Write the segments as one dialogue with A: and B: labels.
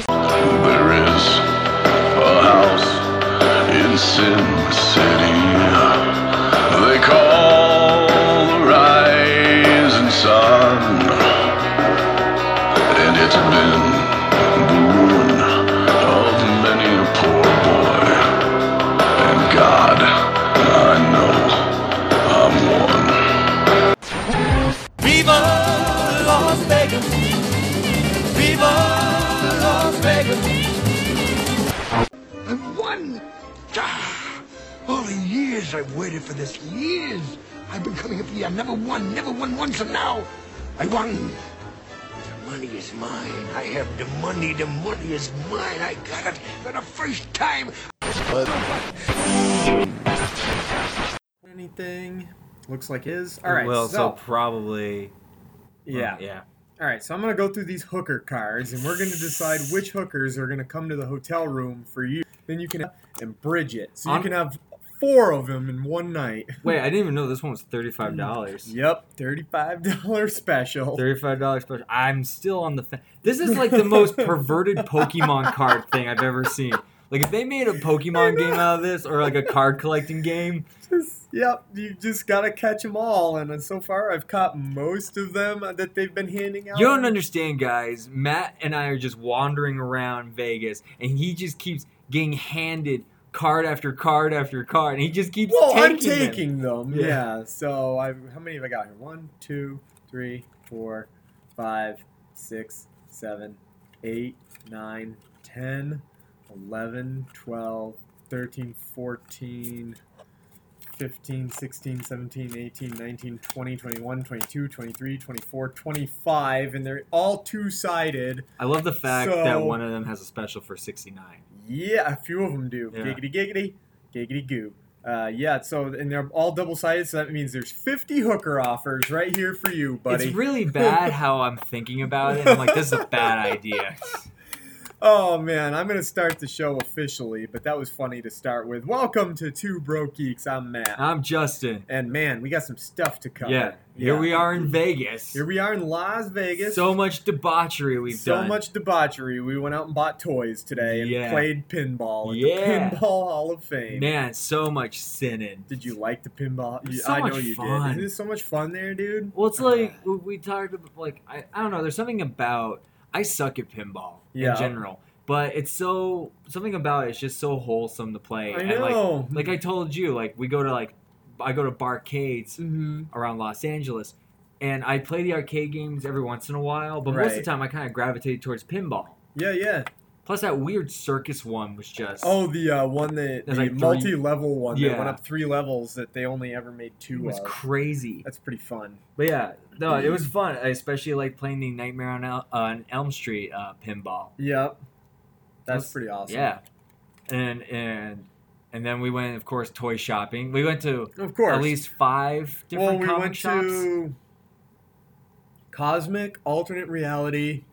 A: There is a house in Sin City. They call the rising sun, and it's been the ruin of many a poor boy. And God, I know I'm one.
B: Viva Las Vegas! Viva Las Vegas!
C: I won! Ah, all the years I've waited for this, years! I've been coming up here, I never won, never won once, and now I won! The money is mine, I have the money, the money is mine, I got it for the first time!
D: Anything? Looks like his. All right.
E: well,
D: so,
E: so probably.
D: yeah.
E: Yeah.
D: All right. So I'm gonna go through these hooker cards, and we're gonna decide which hookers are gonna come to the hotel room for you. Then you can and bridge it. So you
E: On-
D: can have four of them in one night.
E: Wait, I didn't even know this one was thirty-five dollars.
D: Yep. Thirty-five dollar special.
E: Thirty-five dollars special. I'm still on the. Fa- this is like the most perverted Pokemon card thing I've ever seen. Like if they made a Pokemon game out of this, or like a card collecting game,
D: Just- yep, you just gotta catch them all, and so far I've caught most of them that they've been handing out.
E: you don't understand, guys. Matt and I are just wandering around Vegas, and he just keeps getting handed card after card after card, and he just keeps.
D: Well, I'm
E: taking them.
D: taking them.
E: Yeah.
D: Yeah. So I, how many have I got here? One, two, three, four, five, six, seven, eight, nine, ten, eleven, twelve, thirteen, fourteen. 15, 16, 17, 18, 19, 20, 21, 22, 23, 24, 25, and they're all two sided.
E: I love the fact that
D: So-
E: one of them has a special for sixty-nine.
D: Yeah, a few of them do.
E: Yeah.
D: Giggity giggity, giggity goo. Uh, yeah, so and they're all double sided, so that means there's 50 hooker offers right here for you, buddy.
E: It's really bad how I'm thinking about it. I'm like, this is a bad idea.
D: oh man, I'm gonna start the show officially, but that was funny to start with. Welcome to Two Bro Geeks. I'm Matt,
E: I'm Justin.
D: and man, we got some stuff to cover.
E: Yeah, here
D: Yeah.
E: we are in Vegas.
D: Here we are in Las Vegas.
E: So much debauchery we've
D: so
E: done.
D: much debauchery. We went out and bought toys today and
E: Yeah.
D: played pinball at
E: Yeah.
D: the Pinball Hall of Fame.
E: man, so much sinning.
D: Did you like the pinball?
E: It was
D: You-
E: so
D: I know
E: much
D: you
E: fun.
D: did. Isn't it so much fun there, dude?
E: Well, it's like we- we talked about. Like I, I don't know. There's something about I suck at pinball
D: Yeah.
E: in general, but it's so something about it's just so wholesome to play.
D: I
E: And like,
D: know.
E: like I told you, like we go to like I go to barcades
D: hmm
E: around Los Angeles, and I play the arcade games every once in a while. But most of the
D: Right.
E: time, I kind of gravitate towards pinball.
D: Yeah, yeah.
E: Plus, that weird circus one was just
D: Oh, the uh, one that the
E: There's like three-
D: multi-level one that
E: Yeah.
D: went up three levels that they only ever made
E: it
D: two
E: was
D: of.
E: crazy.
D: That's pretty fun.
E: But yeah, no, it was fun. I especially like playing the Nightmare on, El- on Elm Street uh, pinball.
D: Yep, that's
E: That's-
D: pretty awesome.
E: Yeah, and and and then we went, of course, toy shopping. We went to
D: of course.
E: at least five different
D: well, we
E: comic
D: went
E: shops.
D: to Cosmic Alternate Reality,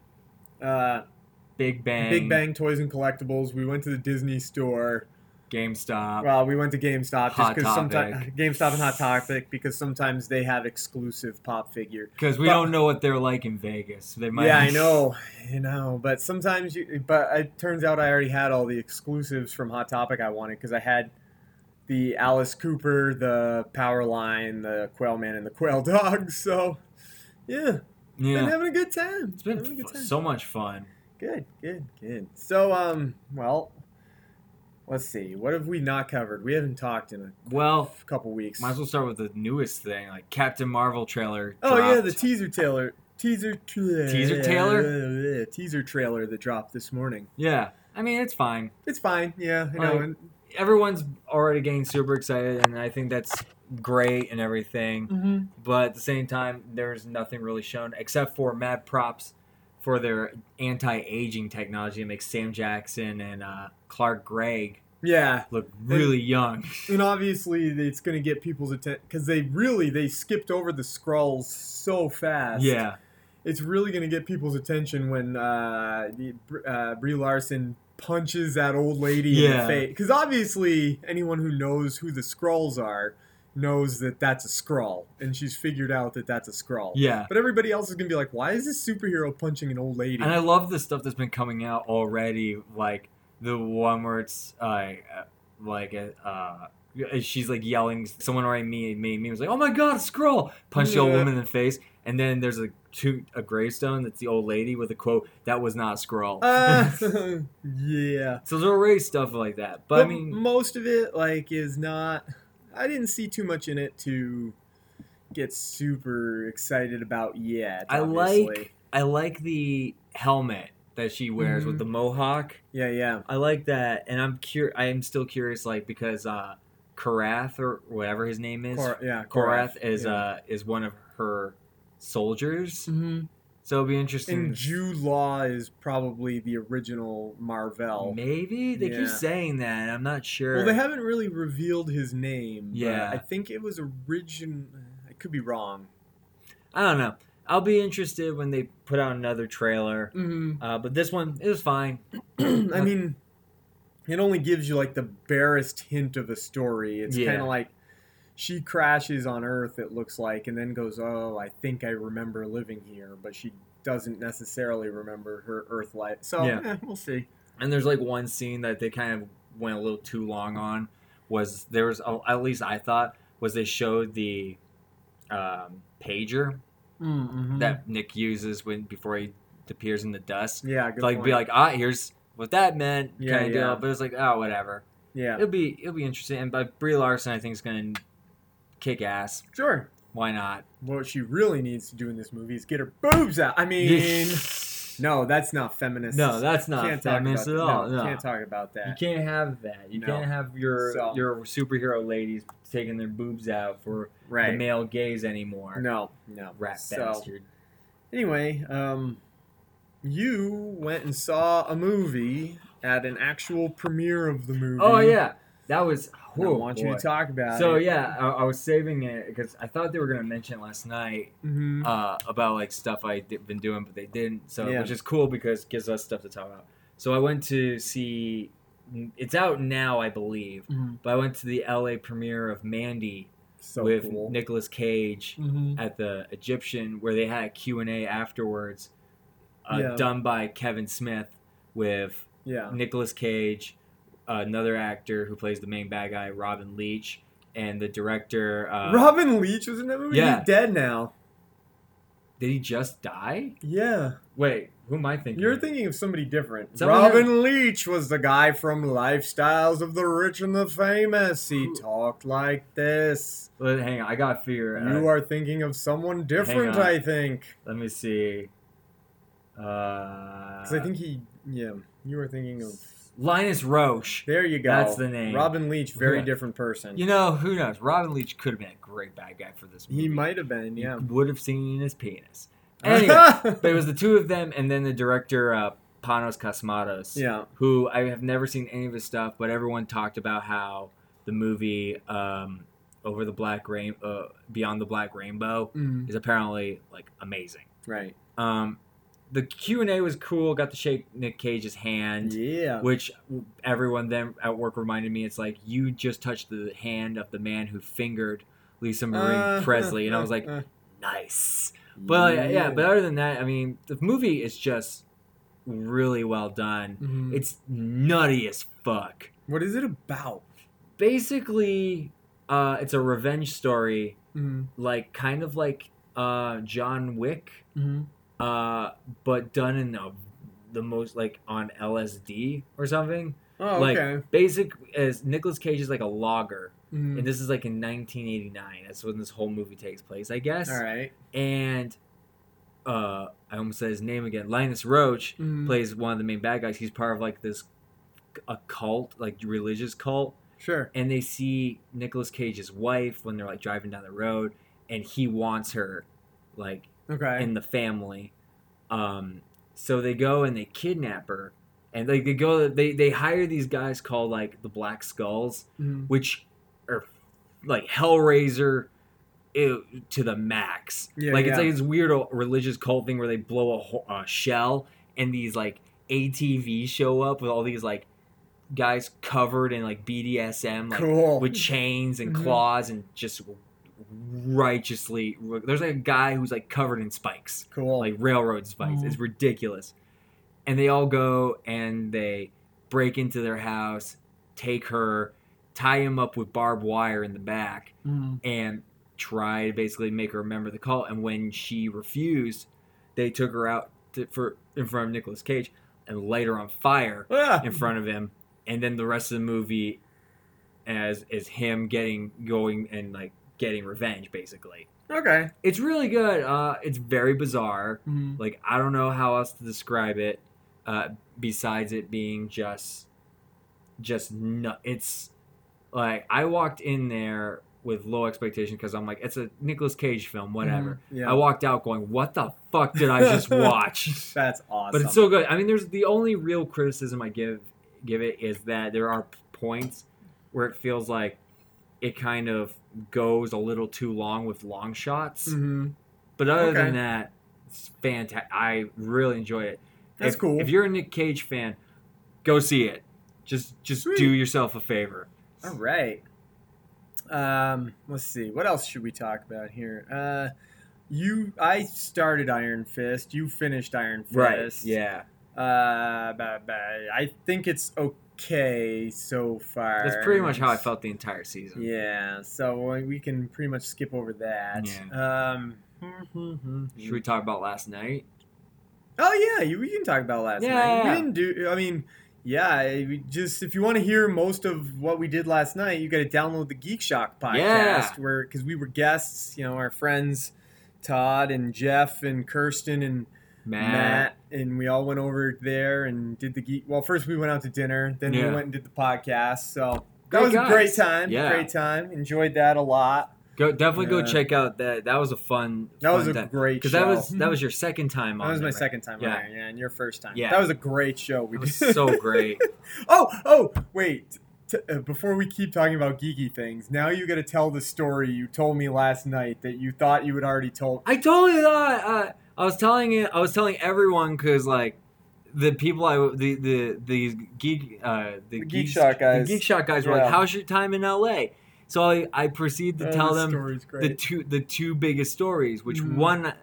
D: uh,
E: Big Bang,
D: Big Bang Toys and Collectibles. We went to the Disney Store.
E: GameStop.
D: Well, Uh, we went to GameStop just
E: Hot
D: because sometimes
E: Topic.
D: GameStop and Hot Topic because sometimes they have exclusive pop figure.
E: Because we
D: but-
E: don't know what they're like in Vegas. They might.
D: Yeah, I know, I know. But sometimes you, but it turns out I already had all the exclusives from Hot Topic I wanted because I had the Alice Cooper, the Power Line, the Quail Man, and the Quail Dog. So, yeah, been
E: Yeah,
D: having a good time.
E: it's been
D: having a good
E: fu-
D: time.
E: so much fun.
D: Good, good, good. So, um, well, let's see. What have we not covered? We haven't talked in
E: Well,
D: a couple weeks.
E: might as well start with the newest thing, like Captain Marvel trailer.
D: Oh yeah, the
E: dropped.
D: teaser trailer, teaser trailer,
E: Teaser trailer?
D: teaser trailer that dropped this morning.
E: yeah. I mean, it's fine.
D: It's fine. Yeah, I know.
E: Like,
D: and-
E: everyone's already getting super excited and i think that's great and everything
D: Mm.
E: but at the same time there's nothing really shown except for mad props for their anti-aging technology that makes sam jackson and uh, clark gregg
D: Yeah,
E: look really young
D: and obviously it's going to get people's attention because they really they skipped over the scrolls so fast.
E: yeah
D: it's really going to get people's attention when uh, the- uh, Brie Larson punches that old lady in
E: Yeah.
D: the face. Because obviously, anyone who knows who the Skrulls are knows that that's a scrawl and she's figured out that that's a scrawl
E: Yeah.
D: but everybody else is gonna be like why is this superhero punching an old lady
E: And I love the stuff that's been coming out already, like the one where it's uh, uh, like uh, uh, she's like yelling, someone already me me me was like, oh my god, scroll, punch the old
D: Yeah.
E: woman in the face, and then there's a two a gravestone that's the old lady with a quote that was not scroll.
D: uh, yeah
E: so there's already stuff like that, but, I mean,
D: most of it like is not. I didn't see too much in it to get super excited about yet.
E: I
D: obviously.
E: like I like the helmet that she wears with
D: Mhm.
E: the mohawk.
D: Yeah, yeah.
E: I like that, and I'm cur I am still curious, like because uh, Karath or whatever his name is,
D: Cor- yeah,
E: Korath is
D: yeah. Mm.
E: uh is one of her soldiers. So it'll be interesting.
D: and Jude Law is probably the original Marvel.
E: Maybe they
D: Yeah.
E: keep saying that. and I'm not sure.
D: Well, they haven't really revealed his name. but
E: Yeah.
D: I think it was origin. I could be wrong.
E: I don't know. I'll be interested when they put out another trailer.
D: Mm-hmm.
E: Uh, but this one it was fine.
D: I mean, it only gives you like the barest hint of a story. It's
E: Yeah.
D: kind of like she crashes on Earth, it looks like, and then goes, "Oh, I think I remember living here," but she doesn't necessarily remember her Earth life. So
E: Yeah.
D: eh, we'll see.
E: And there's like one scene that they kind of went a little too long on. Was there was oh, at least I thought was they showed the um, pager
D: Mm.
E: that Nick uses when before he appears in the dust.
D: yeah, good
E: like
D: point.
E: be like ah here's what that meant
D: Yeah,
E: kind of
D: yeah.
E: deal. But it's like oh whatever.
D: yeah,
E: It'll be it'll be interesting. And but Brie Larson, I think, is going to kick ass.
D: sure.
E: Why not?
D: What she really needs to do in this movie is get her boobs out. I mean, no, that's not feminist.
E: no, that's not
D: can't talk
E: feminist
D: about
E: at
D: that.
E: all.
D: No,
E: No,
D: can't talk about
E: you
D: that.
E: can't have that. You
D: No.
E: can't have your
D: So-
E: your superhero ladies taking their boobs out for the
D: Right?
E: male gaze anymore.
D: No, no.
E: rat
D: So-
E: bastard.
D: Anyway, um, you went and saw a movie at an actual premiere of the movie.
E: Oh yeah, that was.
D: And I
E: whoa,
D: want you
E: boy.
D: to talk about
E: So
D: it.
E: yeah, I, I was saving it because I thought they were gonna mention it last night
D: Mhm.
E: uh, about like stuff I did, been doing, but they didn't. So
D: Yeah.
E: which is cool because it gives us stuff to talk about. So I went to see. mm, It's out now, I believe,
D: Mhm.
E: but I went to the LA premiere of Mandy
D: so
E: with
D: cool.
E: Nicolas Cage
D: Mhm.
E: at the Egyptian, where they had a Q and A afterwards, uh,
D: Yeah.
E: done by Kevin Smith with
D: Yeah.
E: Nicolas Cage, another actor who plays the main bad guy, Robin Leach, and the director. Uh,
D: Robin Leach was in that movie.
E: yeah.
D: He's dead now.
E: did he just die?
D: Yeah.
E: Wait, who am I thinking?
D: You're
E: of?
D: thinking of somebody different.
E: Someone
D: Robin Leach was the guy from Lifestyles of the Rich and the Famous. He
E: Who-
D: talked like this.
E: Let- hang on, I got to figure. out-
D: You are thinking of someone different,
E: on.
D: I think.
E: Let me see. Uh,
D: 'Cause I think he. Yeah. You were thinking of.
E: Linus Roche.
D: There you go.
E: That's the name.
D: Robin Leach, very
E: Yeah.
D: different person.
E: You know, who knows? Robin Leach could have been a great bad guy for this. Movie.
D: he might have been, yeah.
E: would have seen his penis. Anyway, but it was the two of them, and then the director uh, Panos Cosmatos,
D: yeah.
E: who I have never seen any of his stuff, but everyone talked about how the movie um, Over the Black Rain, uh, Beyond the Black Rainbow, is apparently like amazing.
D: Right.
E: Um, the Q and A was cool. Got to shake Nick Cage's hand
D: Yeah.
E: which everyone then at work reminded me it's like you just touched the hand of the man who fingered Lisa Marie
D: Uh,
E: Presley and I was like nice but uh, yeah. but other than that I mean the movie is just really well done
D: Mhm.
E: it's nutty as fuck
D: what is it about?
E: basically uh it's a revenge story
D: Mm-hmm.
E: like kind of like uh John Wick
D: Mm-hmm.
E: uh but done in the, the most like on LSD or something
D: Oh,
E: like
D: okay.
E: basic as Nicolas Cage is like a logger,
D: Mhm.
E: and this is like in 1989. That's when this whole movie takes place, I guess.
D: All right.
E: And uh, I almost said his name again. Linus Roach
D: Mhm.
E: plays one of the main bad guys. He's part of like this a cult, like religious cult,
D: Sure.
E: and they see Nicolas Cage's wife when they're like driving down the road, and he wants her, like
D: Okay.
E: in the family. Um, so they go and they kidnap her, and like they go they they hire these guys called like the Black Skulls,
D: Mhm.
E: which are like Hellraiser ew, to the max.
D: Yeah,
E: like it's
D: yeah.
E: like this weird o- religious cult thing where they blow a, ho- a shell and these like ATVs show up with all these like guys covered in like BDSM, like
D: Cool.
E: with chains and
D: Mhm.
E: claws and just righteously. There's like a guy who's like covered in spikes,
D: Cool.
E: like railroad spikes.
D: Mhm.
E: It's ridiculous. And they all go and they break into their house, take her, tie him up with barbed wire in the back,
D: Mm.
E: and try to basically make her remember the call. And when she refused, they took her out to, for in front of Nicolas Cage and laid her on fire
D: Ah.
E: in front of him. And then the rest of the movie, as is him getting going and like getting revenge. Basically,
D: Okay.
E: it's really good. Uh, it's very bizarre.
D: Mm.
E: Like I don't know how else to describe it, uh, besides it being just, just nut. It's like I walked in there with low expectation because I'm like, it's a Nicolas Cage film, whatever.
D: Mm-hmm. Yeah.
E: I walked out going, what the fuck did I just watch?
D: That's awesome.
E: but it's so good. I mean, there's the only real criticism I give give it is that there are p- points where it feels like it kind of goes a little too long with long shots.
D: hmm
E: But other
D: Okay.
E: than that, it's fantastic. I really enjoy it.
D: That's
E: if,
D: cool.
E: If you're a Nick Cage fan, go see it. Just just
D: Sweet.
E: do yourself a favor.
D: All right. Um, let's see. What else should we talk about here? Uh, you, I started Iron Fist. You finished Iron Fist.
E: Yeah.
D: Uh, but, but I think it's okay so far.
E: That's pretty much how I felt the entire season.
D: Yeah. So uh, we can pretty much skip over that. Um. hmm.
E: Should we talk about last night?
D: Oh yeah, you, we can talk about last night. We
E: Yeah.
D: didn't do. I mean, yeah. I- We just if you want to hear most of what we did last night, you got to download the Geek Shock podcast
E: Yeah.
D: where because we were guests. You know, our friends Todd and Jeff and Kirsten and
E: Matt.
D: Matt and we all went over there and did the geek. Well, first we went out to dinner, then we
E: Yeah.
D: went and did the podcast. So that
E: Great
D: was
E: guys.
D: a great time.
E: Yeah.
D: Great time. Enjoyed that a lot.
E: Go definitely
D: Yeah.
E: go check out that. That was a fun.
D: That was a
E: fun time.
D: great show.
E: because that was that was your second time on.
D: That was my
E: there, right?
D: second time
E: Yeah.
D: on there, yeah, and your first time.
E: Yeah.
D: That was a great show. We
E: It was
D: did.
E: so great.
D: Oh, oh, wait. T- uh, before we keep talking about geeky things, now you got to tell the story you told me last night that you thought you had already told.
E: I totally thought uh, I was telling it. I was telling everyone because like the people I the the the geek uh, the,
D: Geek
E: geeks-
D: Shock guys.
E: the geek shot guys were
D: Yeah.
E: like, "How's your time in L.A.?" So I I proceeded to
D: Oh,
E: tell
D: this
E: them
D: story's
E: the
D: great.
E: two the two biggest stories. Which
D: Mhm.
E: one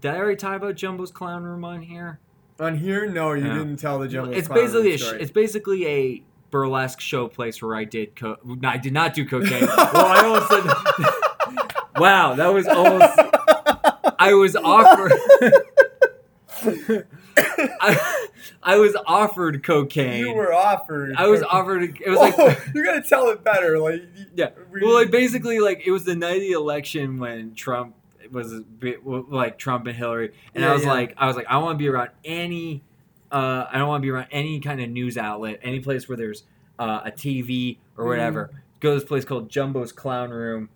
E: did I already talk about Jumbo's clown room on here?
D: On here, no, you
E: Yeah.
D: didn't tell the general.
E: it's
D: Clown
E: basically
D: Room
E: a sh-
D: story.
E: it's basically a burlesque show place where I did co- no, I did not do cocaine. well, I almost said. wow, that was almost. I was offered. I, I was offered cocaine.
D: you were offered.
E: I was offered. It was
D: oh,
E: like
D: you got to tell it better. Like
E: yeah.
D: we-
E: Well, like basically, like it was the night of the election when Trump was a bit- well, like Trump and Hillary, and
D: Yeah,
E: I was
D: yeah.
E: like, I was like, I want to be around any. Uh, I don't want to be around any kind of news outlet, any place where there's uh, a TV or
D: Mm-hmm.
E: whatever. Go to this place called Jumbo's Clown Room,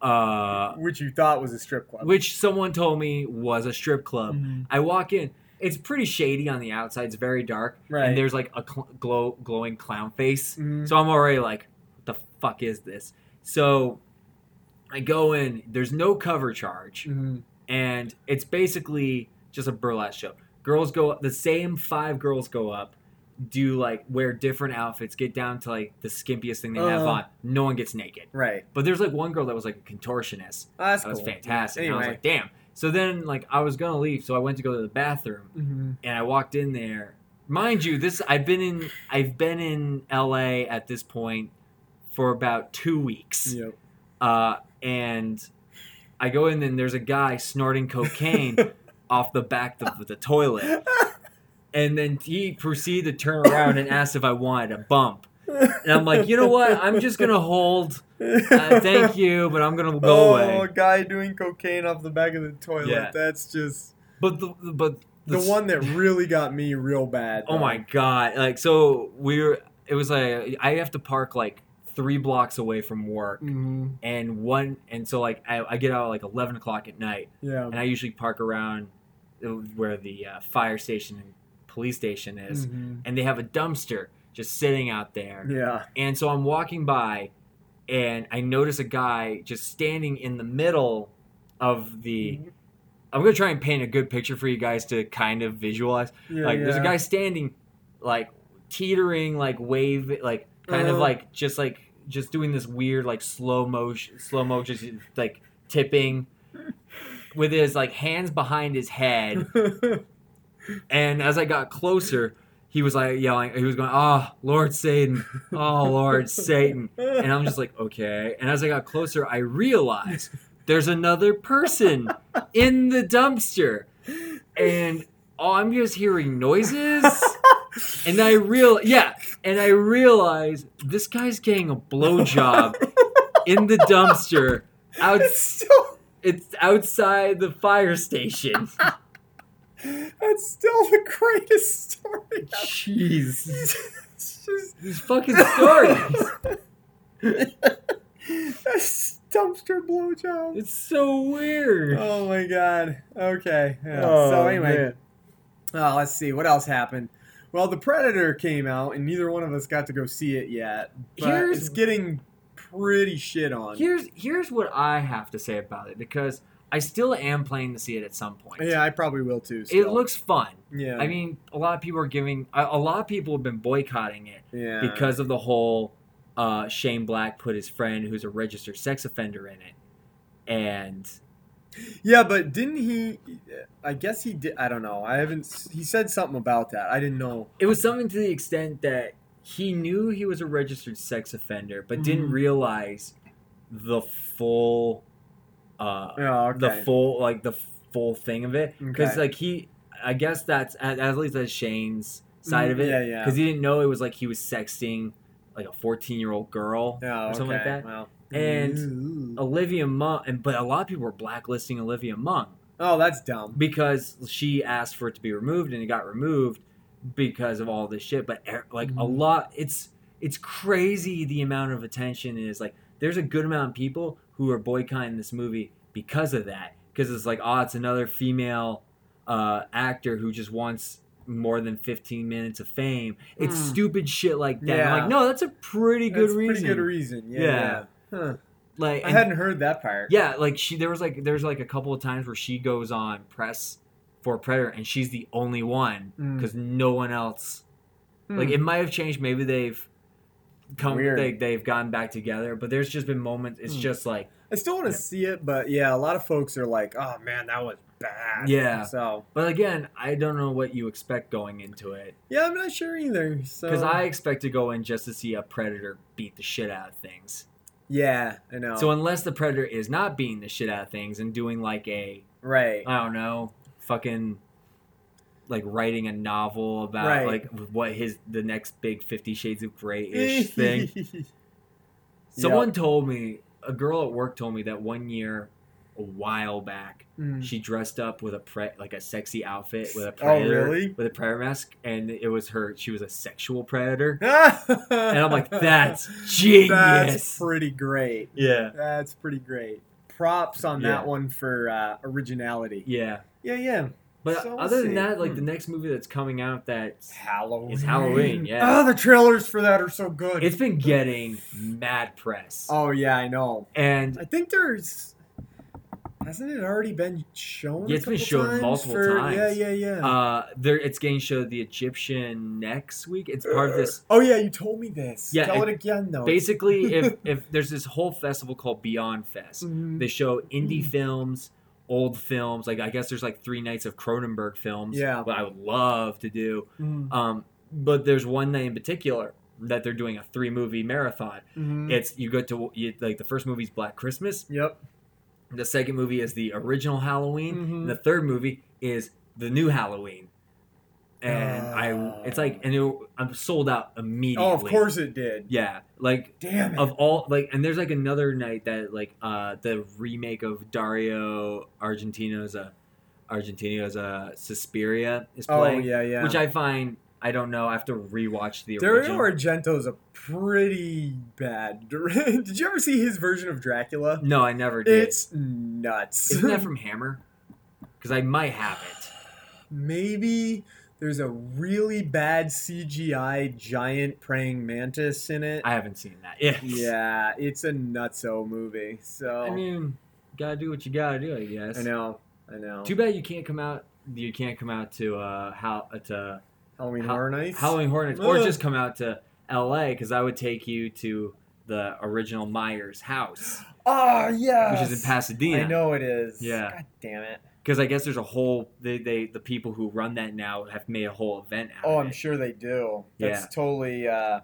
E: uh,
D: which you thought was a strip club.
E: which someone told me was a strip club.
D: Mhm.
E: I walk in. It's pretty shady on the outside. It's very dark,
D: Right.
E: and there's like a cl- glow glowing clown face.
D: Mhm.
E: So I'm already like, what the fuck is this? So I go in. There's no cover charge,
D: Mhm.
E: and it's basically just a burlesque show. Girls go up. The same five girls go up, do like wear different outfits, get down to like the skimpiest thing they have
D: Uh-huh.
E: on. No one gets naked.
D: right.
E: But there's like one girl that was like a contortionist.
D: Oh, that's
E: That was
D: cool.
E: fantastic. And I was
D: Anyway.
E: like, damn. So then, like, I was gonna leave, so I went to go to the bathroom,
D: Mhm.
E: and I walked in there. Mind you, this I've been in I've been in LA at this point for about two weeks,
D: Yep.
E: uh, and I go in and there's a guy snorting cocaine off the back of the toilet, and then he proceeded to turn around and ask if I wanted a bump, and I'm like, you know what? I'm just gonna hold. Uh, thank you, but I'm gonna go
D: oh,
E: away.
D: a guy doing cocaine off the back of the toilet.
E: Yeah.
D: That's just
E: But the but
D: the
E: s-
D: one that really got me real bad.
E: Oh my god! Like so we were. It was like I have to park like three blocks away from work,
D: Mm-hmm.
E: and one and so like I, I get out at like eleven o'clock at night,
D: Yeah.
E: and I usually park around where the uh, fire station and police station is,
D: Mhm.
E: and they have a dumpster just sitting out there.
D: Yeah.
E: And so I'm walking by, and I notice a guy just standing in the middle of the.
D: Mm-hmm.
E: I'm gonna try and paint a good picture for you guys to kind of visualize.
D: Yeah,
E: like, there's a
D: yeah.
E: guy standing, like teetering, like wave, like kind of
D: Uh.
E: like just like just doing this weird like slow motion, slow motion, just, like tipping with his like hands behind his head. And as I got closer, he was like yelling, he was going, "Oh, Lord Satan! Oh, Lord Satan!" And I'm just like, "Okay." And as I got closer, I realized there's another person in the dumpster, and oh, I'm just hearing noises. And I real yeah, and I realize this guy's getting a blowjob in the dumpster. Out,
D: It's still,
E: it's outside the fire station.
D: that's still the greatest story.
E: Jeez.
D: It's just
E: These fucking stories.
D: that's dumpster blowjob.
E: It's so weird.
D: Oh my god. Okay. Yeah.
E: Oh,
D: so anyway,
E: man.
D: oh, let's see what else happened. Well, the Predator came out, and neither one of us got to go see it yet. But
E: Here's-
D: it's getting pretty shit on.
E: Here's here's what I have to say about it because I still am planning to see it at some point.
D: yeah, I probably will too.
E: It
D: still.
E: looks fun.
D: Yeah.
E: I mean, a lot of people are giving. A, a lot of people have been boycotting it
D: yeah.
E: because of the whole uh, Shane Black put his friend, who's a registered sex offender, in it, and
D: Yeah, but didn't he? I guess he did. I don't know. I haven't. He said something about that. I didn't know.
E: it was something to the extent that he knew he was a registered sex offender, but didn't
D: Mhm.
E: realize the full. Uh,
D: Oh, okay.
E: the full like the full thing of it because
D: Okay.
E: like he i guess that's at, at least that's shane's side
D: Mm,
E: of it
D: yeah, yeah.
E: because he didn't know it was like he was sexting like a 14 year old girl
D: Oh,
E: or something like
D: okay.
E: that
D: Well,
E: And-
D: Ooh.
E: olivia munn and but a lot of people were blacklisting olivia munn
D: oh, that's dumb.
E: because she asked for it to be removed and it got removed because of all this shit but er- like a
D: Mhm.
E: lot it's it's crazy the amount of attention it is like there's a good amount of people who are boycotting this movie because of that because it's like oh it's another female uh, actor who just wants more than 15 minutes of fame it's
D: Mm.
E: stupid shit like that i'm
D: Yeah.
E: like no that's a pretty good
D: That's a
E: reason
D: Pretty good reason. Yeah.
E: Yeah.
D: yeah. Huh.
E: like
D: I
E: and-
D: hadn't heard that part.
E: yeah, like she there was like there's like a couple of times where she goes on press for Predator and she's the only one
D: Mm.
E: because no one else
D: Hmm.
E: like it might have changed. Maybe they've come
D: Weird.
E: they they've gotten back together, but there's just been moments it's
D: Hmm.
E: just like
D: I still want to
E: Yeah.
D: see it, but yeah, a lot of folks are like, "Oh man, that was bad."
E: Yeah.
D: So
E: but again, I don't know what you expect going into it.
D: yeah, I'm not sure either. So
E: Because I expect to go in just to see a predator beat the shit out of things.
D: yeah, I know.
E: So unless the predator is not beating the shit out of things and doing like a
D: right.
E: I don't know, fucking like writing a novel about
D: Right.
E: like what his the next big Fifty Shades of Grey ish thing. Someone told me a girl at work told me that one year, a while back,
D: Mm.
E: she dressed up with a pre like a sexy outfit with a
D: Oh,
E: predator
D: really?
E: with a predator mask, and it was her. She was a sexual predator,
D: and
E: and I'm like, that's genius.
D: That's pretty great.
E: yeah,
D: That's pretty great. Props on
E: Yeah.
D: that one for uh, originality.
E: yeah.
D: Yeah, yeah.
E: But
D: So we'll
E: other than
D: see.
E: that, like the
D: Hmm.
E: next movie that's coming out that's
D: Halloween.
E: It's Halloween, yeah.
D: Oh, the trailers for that are so good.
E: It's been getting mad press.
D: oh yeah, I know.
E: And
D: I think there's hasn't it already been shown?
E: Yeah,
D: a
E: it's been
D: couple
E: shown
D: times
E: multiple
D: for-
E: times.
D: Yeah, yeah, yeah.
E: uh there it's getting showed the Egyptian next week. It's part of this
D: oh yeah, you told me this.
E: Yeah,
D: Tell
E: it-
D: it, again though.
E: basically if if there's this whole festival called Beyond Fest.
D: Mhm.
E: They show indie
D: Mm-hmm.
E: films, old films, like I guess there's like three nights of Cronenberg films.
D: Yeah.
E: What I would love to do.
D: Mhm.
E: Um but there's one night in particular that they're doing a three movie marathon.
D: Mhm.
E: It's you go to you, like the first movie's Black Christmas,
D: Yep.
E: The second movie is the original Halloween.
D: Mhm.
E: And the third movie is the new Halloween. And I, it's like, and it, I'm sold out immediately.
D: Oh, of course it did.
E: Yeah, like
D: Damn it.
E: of all, like, and there's like another night that like uh the remake of Dario Argentino's uh Argentino's uh Suspiria is
D: oh
E: playing,
D: yeah, yeah.
E: which I find I don't know. I have to rewatch the
D: Dario
E: original.
D: Argento's a pretty bad. dir- Did you ever see his version of Dracula?
E: no, I never did.
D: It's nuts.
E: Isn't that from Hammer? Because I might have it.
D: Maybe there's a really bad CGI giant praying mantis in it.
E: I haven't seen that. Yeah.
D: yeah, it's a nutso movie. So
E: I mean, gotta do what you gotta do, I guess.
D: I know, I know.
E: Too bad you can't come out. You can't come out to uh how to
D: Halloween
E: Ha-
D: Horror Nights.
E: Halloween Horror Nights, or
D: Ugh.
E: just come out to L.A. because I would take you to the original Myers house,
D: Oh yeah.
E: which is in Pasadena.
D: I know it is.
E: Yeah.
D: God damn it.
E: because I guess there's a whole they, they the people who run that now have made a whole event out.
D: Oh,
E: of
D: I'm
E: it.
D: sure they do. That's
E: Yeah.
D: totally, uh,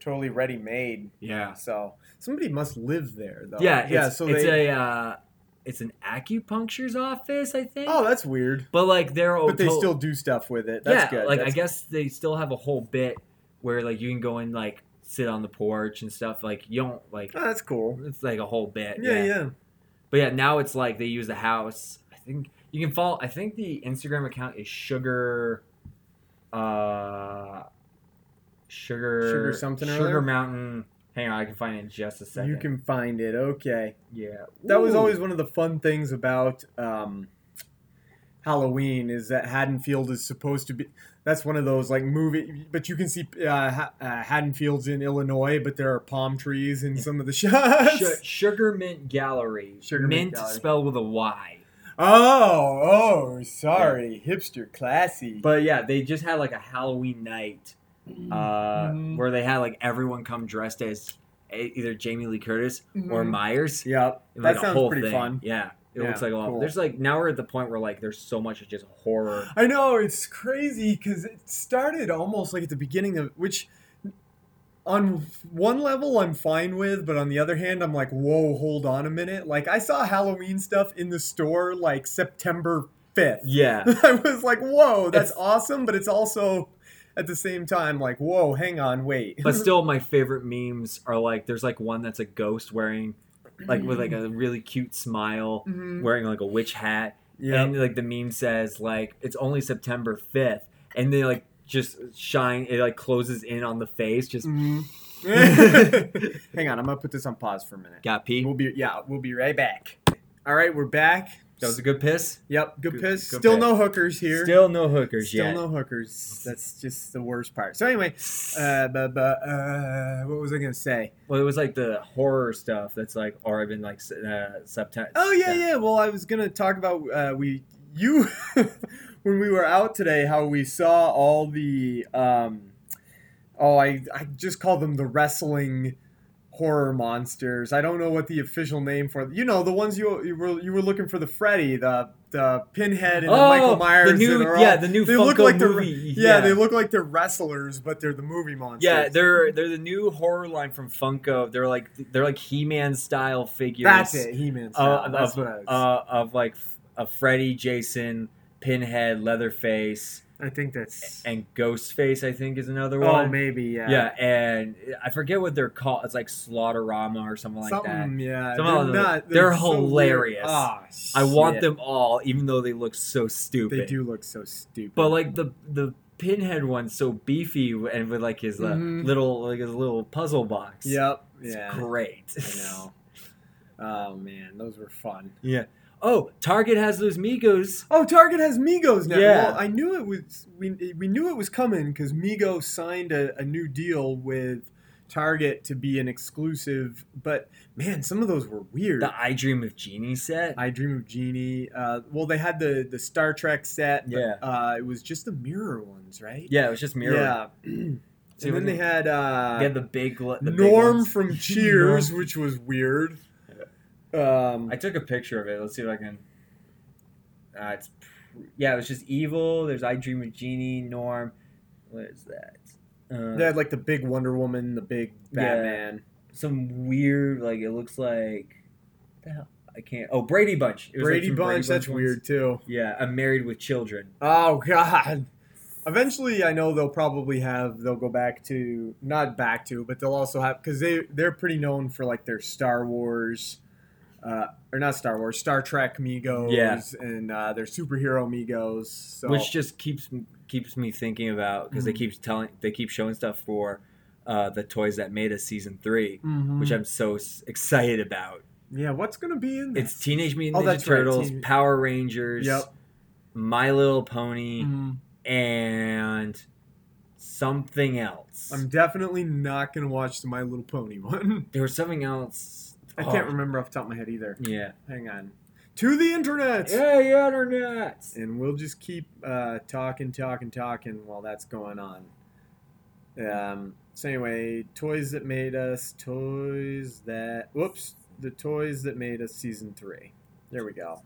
D: totally ready made.
E: Yeah,
D: So somebody must live there, though.
E: yeah,
D: yeah.
E: It's,
D: So
E: it's
D: they.
E: a uh, it's an acupuncture's office, I think.
D: oh, that's weird.
E: but like they're
D: But they
E: Oh, to-
D: still do stuff with it. That's
E: yeah,
D: good.
E: like
D: That's
E: I guess they still have a whole bit where like you can go and like sit on the porch and stuff. Like you don't like
D: Oh, that's cool.
E: it's like a whole bit.
D: Yeah, yeah.
E: But yeah, now it's like they use the house. I think you can follow. I think the Instagram account is sugar, uh, sugar,
D: Sugar something or
E: sugar
D: other?
E: mountain. Hang on, I can find it in just a second.
D: You can find it. Okay.
E: yeah.
D: That was
E: Ooh.
D: always one of the fun things about um, Halloween is that Haddonfield is supposed to be. That's one of those like movie, but you can see uh, Ha- uh, Haddonfield's in Illinois, but there are palm trees in some of the shots.
E: Su- sugar mint gallery.
D: Sugar Mint
E: mint
D: Gallery.
E: spelled with a Y.
D: Oh, oh, sorry, hipster, classy.
E: But yeah, they just had like a Halloween night uh,
D: Mhm.
E: where they had like everyone come dressed as e- either Jamie Lee Curtis or
D: Mhm.
E: Myers.
D: yep,
E: It was
D: that
E: like a
D: sounds
E: whole
D: pretty
E: thing.
D: fun.
E: Yeah, it
D: Yeah,
E: looks like a lot.
D: cool.
E: There's like now we're at the point where like there's so much of just horror.
D: I know it's crazy because it started almost like at the beginning of which. On one level, I'm fine with, but on the other hand, I'm like, whoa, hold on a minute. Like, I saw Halloween stuff in the store like September 5th.
E: Yeah,
D: I was like, whoa, that's
E: It's-
D: awesome, but it's also at the same time like, whoa, hang on, wait.
E: but still, my favorite memes are like there's like one that's a ghost wearing like with like a really cute smile,
D: Mhm.
E: wearing like a witch hat,
D: Yeah.
E: and like the meme says like it's only September 5th, and they like just shine it like closes in on the face. Just
D: Mm. Hang on, I'm gonna put this on pause for a minute.
E: got pee.
D: We'll be yeah, we'll be right back. All right, we're back.
E: That was a good piss.
D: Yep, good,
E: good-
D: piss.
E: good
D: Still
E: piss.
D: no hookers here.
E: Still no hookers
D: Still
E: yet.
D: no hookers. That's just the worst part. So anyway, uh, but, but, uh, what was I gonna say?
E: Well, it was like the horror stuff that's like already been like s- uh, subtitled.
D: Oh yeah, yeah. Well, I was gonna talk about uh, we you when we were out today how we saw all the um, oh I I just call them the wrestling horror monsters. I don't know what the official name for you know the ones you you were you were looking for the Freddy the the Pinhead and the
E: Oh,
D: Michael Myers.
E: the new
D: and are all-
E: yeah, the new
D: they
E: Funko
D: look like
E: movie.
D: they're yeah, they look like they're wrestlers but they're the movie monsters.
E: Yeah, they're they're the new horror line from Funko. They're like they're like He-Man style figures.
D: that's it. He man.
E: Uh,
D: that's
E: of,
D: what I was.
E: uh, of like f- of Freddy, Jason, Pinhead, Leatherface,
D: I think that's.
E: and Ghostface. I think is another one.
D: Oh, maybe yeah.
E: Yeah, and I forget what they're called. It's like Slaughterama or something like that.
D: Something, yeah.
E: Something like
D: they're
E: that.
D: not.
E: They're
D: so weird.
E: hilarious.
D: Ah,
E: I want
D: shit.
E: them all, even though they look so stupid.
D: They do look so stupid.
E: But like the the pinhead one's so beefy and with like his uh,
D: Mhm.
E: little like his little puzzle box.
D: yep,
E: It's
D: yeah.
E: great.
D: I know. Oh man, those were fun.
E: yeah. Oh, Target has those Migos.
D: Oh, Target has Migos now.
E: Yeah.
D: Well, I knew it was we, we knew it was coming because Migos signed a, a new deal with Target to be an exclusive. But man, some of those were weird.
E: The I Dream of Genie set.
D: I Dream of Genie. Uh, well, they had the the Star Trek set. but,
E: Yeah.
D: Uh, it was just the mirror ones, right?
E: yeah, it was just mirror.
D: Yeah.
E: So
D: and then
E: when
D: they
E: they-
D: had uh,
E: They had the big gla- the big
D: Norm
E: ones.
D: from Cheers,
E: Norm.
D: which was weird. Um,
E: I took a picture of it. Let's see if I can. Uh, it's pr- yeah, it was just evil. There's I Dream of Genie. Norm. What is that? Uh,
D: they had like the big Wonder Woman, the big
E: Yeah.
D: Batman,
E: some weird like it looks like the hell I can't oh Brady Bunch It was, like,
D: Brady
E: some
D: Bunch. that's
E: ones.
D: weird too.
E: yeah I'm married with children
D: Oh God. Eventually, I know they'll probably have they'll go back to not back to, but they'll also have because they they're pretty known for like their Star Wars, uh, or not Star Wars, Star Trek Migos,
E: Yeah.
D: and uh, their superhero Migos. So
E: which just keeps keeps me thinking about because they
D: Mhm.
E: keep telling they keep showing stuff for uh, the toys that made us season 3
D: Mhm.
E: which I'm so s- excited about
D: yeah, what's gonna be in this?
E: it's Teenage Mutant
D: Oh,
E: Ninja
D: that's right,
E: Turtles
D: Teen-
E: Power Rangers
D: Yep.
E: My Little Pony
D: Mhm.
E: and something else
D: I'm definitely not gonna watch the My Little Pony one.
E: there was something else
D: I
E: Oh,
D: can't remember off the top of my head either.
E: yeah
D: Hang on. to the internet.
E: Hey, internet!
D: And we'll just keep uh, talking, talking, talking while that's going on. Um, so anyway, toys that made us, toys that, whoops, the toys that made us season three. There we go.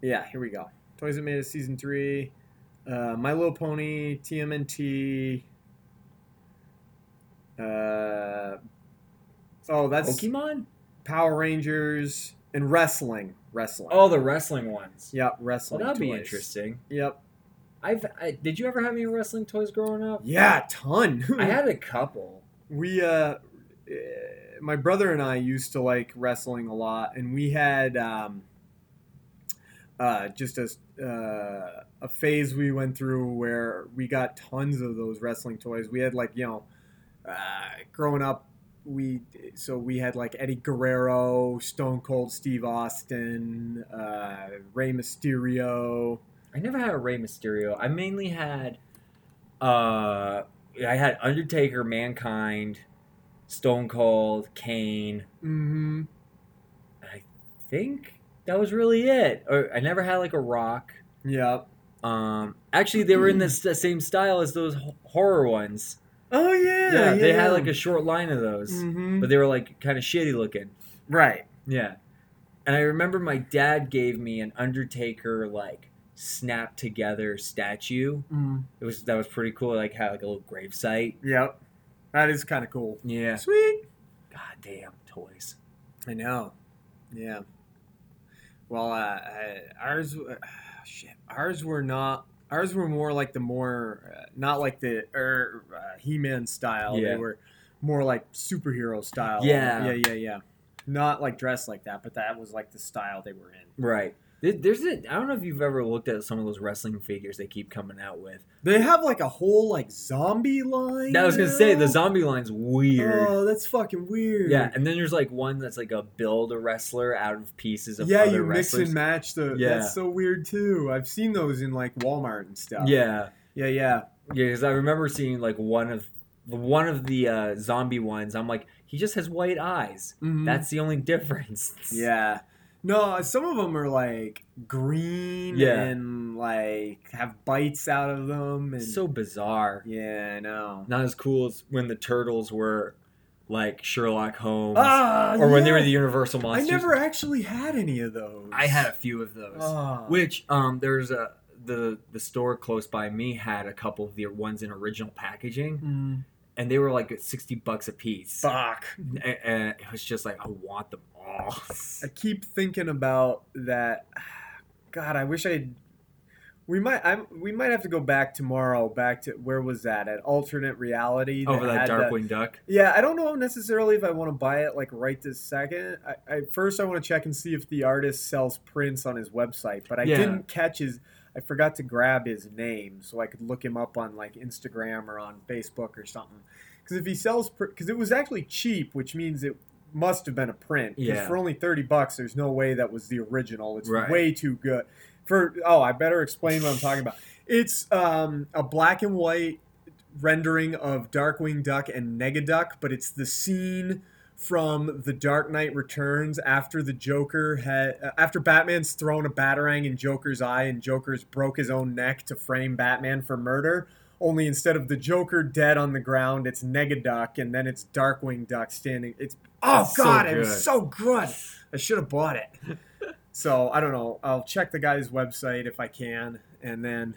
D: Yeah, here we go. Toys that made us season three. Uh, My Little Pony, TMNT. Uh, oh, that's
E: Pokemon?
D: Power Rangers and wrestling. Wrestling.
E: Oh, the wrestling ones.
D: Yep, wrestling.
E: Well, that'd be
D: toys.
E: interesting.
D: Yep.
E: I've I, did you ever have any wrestling toys growing up?
D: Yeah, ton.
E: I had a couple.
D: we uh, eh, my brother and I used to like wrestling a lot, and we had um, uh, just a s- uh, a phase we went through where we got tons of those wrestling toys. We had like you know, uh, growing up. We so we had like Eddie Guerrero, Stone Cold Steve Austin, uh, Rey Mysterio.
E: I never had a Rey Mysterio. I mainly had uh I had Undertaker, Mankind, Stone Cold, Kane.
D: Mm-hmm.
E: I think that was really it. Or I never had like a rock.
D: Yeah.
E: Um actually they were in this
D: Mm.
E: the same style as those ho- horror ones.
D: Oh yeah.
E: they had like a short line of those.
D: Mhm.
E: But they were like kind of shitty looking.
D: right.
E: Yeah. And I remember my dad gave me an Undertaker like snap together statue.
D: Mm.
E: It was that was pretty cool. It, Like had like a little grave site.
D: Yep. That is kind of cool.
E: Yeah.
D: Sweet.
E: God damn toys.
D: I know. Yeah. Well, uh, I- ours, uh, shit, ours were not. Ours were more like the more, uh, not like the er, uh, He-Man style.
E: Yeah.
D: They were more like superhero style.
E: Yeah.
D: yeah, yeah, yeah. Not like dressed like that, but that was like the style they were in.
E: Right. There- There's a I don't know if you've ever looked at some of those wrestling figures they keep coming out with.
D: They have like a whole like zombie line.
E: That I was gonna say the
D: now.
E: zombie line's weird.
D: Oh, that's fucking weird.
E: yeah, and then there's like one that's like a build a wrestler out of pieces of
D: yeah,
E: other
D: you
E: wrestlers.
D: mix and match the.
E: Yeah.
D: That's so weird too. I've seen those in like Walmart and stuff.
E: Yeah,
D: yeah, yeah.
E: yeah, because I remember seeing like one of the one of the uh, zombie ones. I'm like, he just has white eyes.
D: Mhm.
E: That's the only difference.
D: yeah. No, some of them are like green
E: Yeah.
D: and like have bites out of them and
E: It's so bizarre.
D: yeah, I know.
E: Not as cool as when the turtles were like Sherlock Holmes,
D: Ah,
E: or when they were
D: yeah.
E: the Universal
D: I
E: monsters.
D: never actually had any of those.
E: I had a few of those.
D: Ah.
E: Which um, there's a the the store close by me had a couple of the ones in original packaging,
D: Mm.
E: and they were like at sixty bucks a piece.
D: Fuck.
E: And, and it was just like I want them all.
D: I keep thinking about that. God, I wish I. We might. I'm. We might have to go back tomorrow. Back to where was that? At alternate reality.
E: Over
D: had
E: that Darkwing Duck.
D: Yeah, I don't know necessarily if I want to buy it like right this second. I, I first I want to check and see if the artist sells prints on his website, but I
E: Yeah.
D: didn't catch his. I forgot to grab his name so I could look him up on like Instagram or on Facebook or something. Because if he sells, because it was actually cheap, which means it must have been a print. 'Cause
E: Yeah.
D: for only thirty bucks, there's no way that was the original. It's
E: Right.
D: way too good. For oh, I better explain what I'm talking about. It's um, a black and white rendering of Darkwing Duck and Negaduck, but it's the scene from The Dark Knight Returns after the Joker had uh, after Batman's thrown a batarang in Joker's eye and Joker's broke his own neck to frame Batman for murder. Only instead of the Joker dead on the ground, it's Negaduck, and then it's Darkwing Duck standing. It's oh
E: That's so
D: god, it
E: good.
D: was so good. I should have bought it. So I don't know. I'll check the guy's website if I can, and then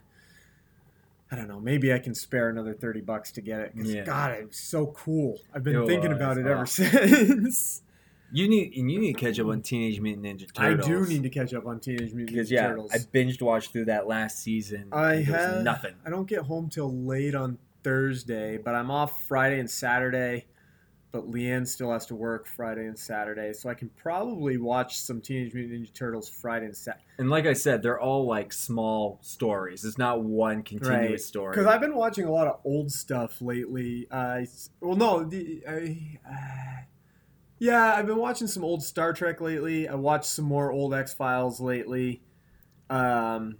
D: I don't know. Maybe I can spare another thirty bucks to get it. 'cause,
E: Yeah.
D: God, it was so cool. I've been
E: It
D: thinking
E: was,
D: about it
E: huh?
D: ever since.
E: You need and you need to catch up on Teenage Mutant Ninja
D: I
E: Turtles.
D: do need to catch up on Teenage Mutant
E: because
D: Ninja
E: yeah,
D: Turtles.
E: I binged watched through that last season.
D: I
E: and there was
D: have
E: nothing.
D: I don't get home till late on Thursday, but I'm off Friday and Saturday. But Leanne still has to work Friday and Saturday, so I can probably watch some Teenage Mutant Ninja Turtles Friday and Saturday.
E: And like I said, they're all like small stories. It's not one continuous
D: Right.
E: story.
D: Because I've been watching a lot of old stuff lately. Uh, it's- well, no, the, I, uh, yeah, I've been watching some old Star Trek lately. I watched some more old X Files lately. Um,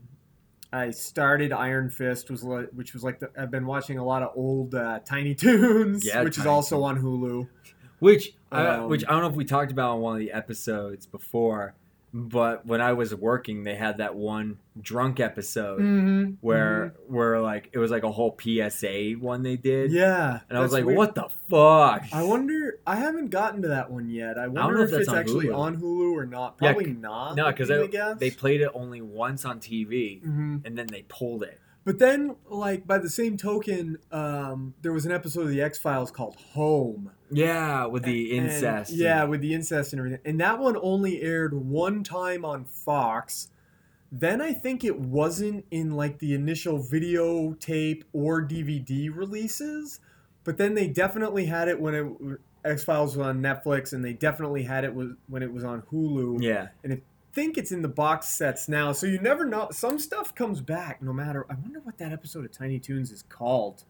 D: I started Iron Fist, was li- which was like the, I've been watching a lot of old uh, Tiny Toons,
E: Yeah,
D: which is
E: Tiny
D: also
E: Toons.
D: on Hulu.
E: Which, I,
D: Um,
E: which I don't know if we talked about on one of the episodes before, but when I was working, they had that one drunk episode
D: Mm.
F: Mm-hmm.
E: Oh, where where like it was like a whole PSA one they did.
D: Yeah.
E: And I was
D: that's
E: like,
D: weird.
E: what the fuck?
D: I wonder. I haven't gotten to that one yet. I wonder
E: know if
D: if,
E: that's
D: it's
E: on
D: actually
E: Hulu.
D: on Hulu or not.
E: Yeah,
D: Probably not.
E: No,
D: would
E: because
D: be my
E: they,
D: guess.
E: they played it only once on TV
D: Mhm.
E: and then they pulled it.
D: But then, like by the same token, um, there was an episode of the X Files called Home.
E: Yeah, with the
D: And-
E: incest.
D: yeah, with the incest and everything. And that one only aired one time on Fox. Then I think it wasn't in like the initial videotape or DVD releases, but then they definitely had it when it X Files was on Netflix, and they definitely had it was- when it was on Hulu.
E: Yeah.
D: think it's in the box sets now, so you never know. Some stuff comes back, no matter. I wonder what that episode of Tiny Toons is called,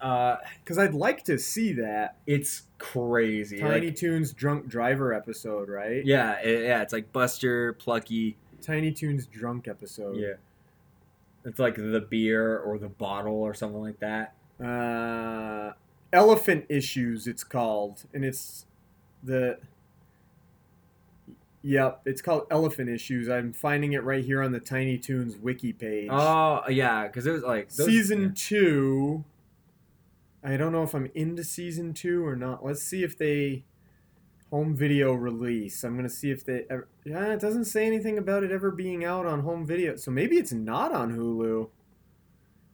E: Uh,
D: because I'd like to see that
E: it's crazy.
D: Tiny
E: Like,
D: Toons drunk driver episode, right?
E: yeah, it- yeah, it's like Buster, Plucky.
D: Tiny Toons drunk episode.
E: It's like the beer or the bottle or something like that.
D: Uh, Elephant Issues, it's called, and it's the. Yep, it's called Elephant Issues. I'm finding it right here on the Tiny Toons wiki page.
E: Oh, yeah, because it was like those-
D: season
E: yeah.
D: two. I don't know if I'm into season two or not. Let's see if they home video release. I'm gonna see if they. Ever, yeah, it doesn't say anything about it ever being out on home video, so maybe it's not on Hulu.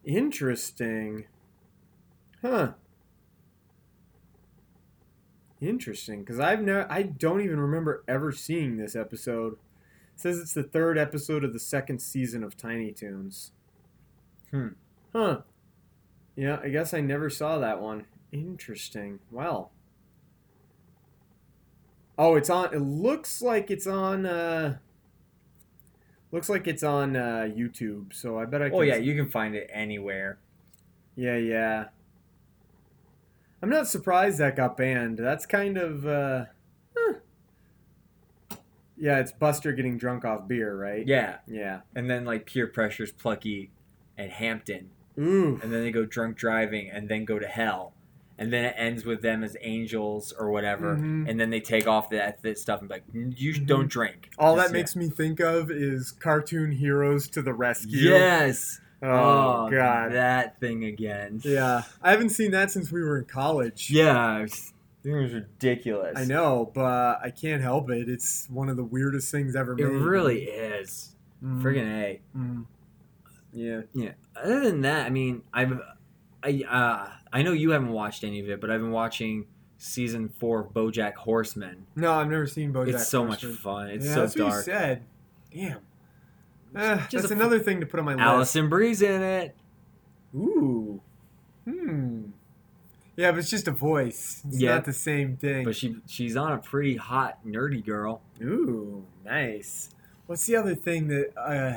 D: Interesting, huh? Interesting, because I've no, I don't even remember ever seeing this episode. It says it's the third episode of the second season of Tiny Toons. Hmm. Huh. Yeah, I guess I never saw that one. Interesting. Well. Oh, it's on. It looks like it's on. uh Looks like it's on uh YouTube. So I bet I. Can
E: Oh, yeah, you can find it anywhere.
D: yeah, yeah. I'm not surprised that got banned. That's kind of. uh huh. Yeah, it's Buster getting drunk off beer, right?
E: Yeah.
D: Yeah.
E: And then like peer pressures Plucky and Hampton.
D: Ooh.
E: and then they go drunk driving and then go to hell and then it ends with them as angels or whatever
D: Mhm.
E: and then they take off that, that stuff and be like you
D: Mhm.
E: don't drink
D: All
E: Just-
D: that makes me think of is cartoon heroes to the rescue.
E: yes
D: Oh, god.
E: that thing again
D: Yeah. I haven't seen that since we were in college.
E: yeah it was, it was ridiculous
D: I know, but I can't help it. It's one of the weirdest things ever
E: it
D: made.
E: really is
D: Mm,
E: friggin a
D: mm. Yeah.
E: Yeah. Other than that, I mean, I've, I, uh, I know you haven't watched any of it, but I've been watching season four of BoJack Horseman.
D: No, I've never seen BoJack.
E: it's so
D: Horseman.
E: much fun. It's
D: yeah,
E: so
D: that's What you
E: dark.
D: said. Damn. Eh,
E: Just
D: that's
E: a-
D: another thing to put on my list.
E: Allison Bree's in it.
D: Ooh. Hmm. Yeah, but it's just a voice. It's
E: Yeah.
D: not the same thing.
E: But she she's on a pretty hot nerdy girl.
D: Ooh, nice. What's the other thing that? Uh,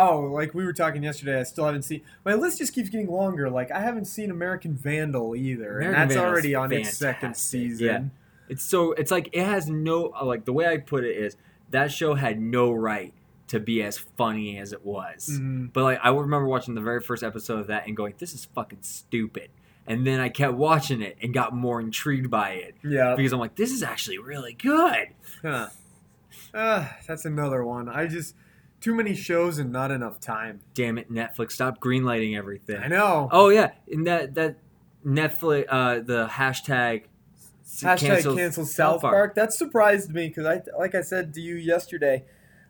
D: oh, like we were talking yesterday, I still haven't seen. My list just keeps getting longer. Like I haven't seen American Vandal either, and
E: American
D: that's
E: Vandal's
D: already on its second
E: fantastic,
D: season.
E: yeah. It's so it's like it has no uh, like the way I put it is that show had no right to be as funny as it was.
D: Mhm.
E: But like I remember watching the very first episode of that and going, "This is fucking stupid." And then I kept watching it and got more intrigued by it
D: Yeah.
E: because I'm like, "This is actually really good."
D: Huh. Ah, that's another one. I just too many shows and not enough time.
E: Damn it, Netflix, stop greenlighting everything.
D: I know.
E: Oh yeah, and that that Netflix uh the hashtag s-
D: Hashtag cancel,
E: cancels
D: South Park. That surprised me because I, like I said to you yesterday,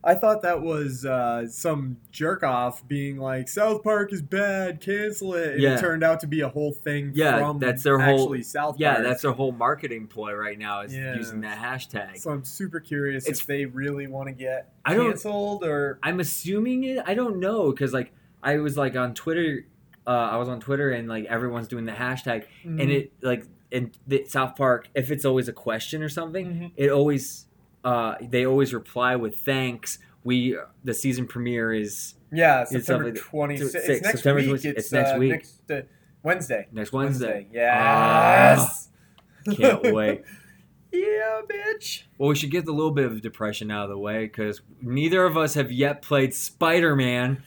D: I thought that was uh, some jerk off being like South Park is bad, cancel it. And
E: Yeah.
D: It turned out to be a whole thing.
E: Yeah,
D: from
E: that's their whole-
D: actually South
E: Yeah,
D: Park.
E: that's their whole marketing ploy right now is
D: Yeah.
E: using that hashtag.
D: So I'm super curious
E: It's-
D: if they really want to get
E: I don't-
D: canceled or
E: I'm assuming it. I don't know because like I was like on Twitter, uh, I was on Twitter and like everyone's doing the hashtag and it like and the, South Park if it's always a question or something,
D: Mhm.
E: it always uh, they always reply with thanks. We the season premiere is
D: yeah
E: something
D: September
E: like the-
D: 26th.
E: six,
D: It's next
E: September
D: week.
E: 26th.
D: It's,
E: It's next
D: uh,
E: week.
D: Next, uh, Wednesday.
E: next Wednesday. Ah.
D: Yes.
E: Can't wait.
D: yeah, bitch.
E: Well, we should get the little bit of depression out of the way because neither of us have yet played Spider Man.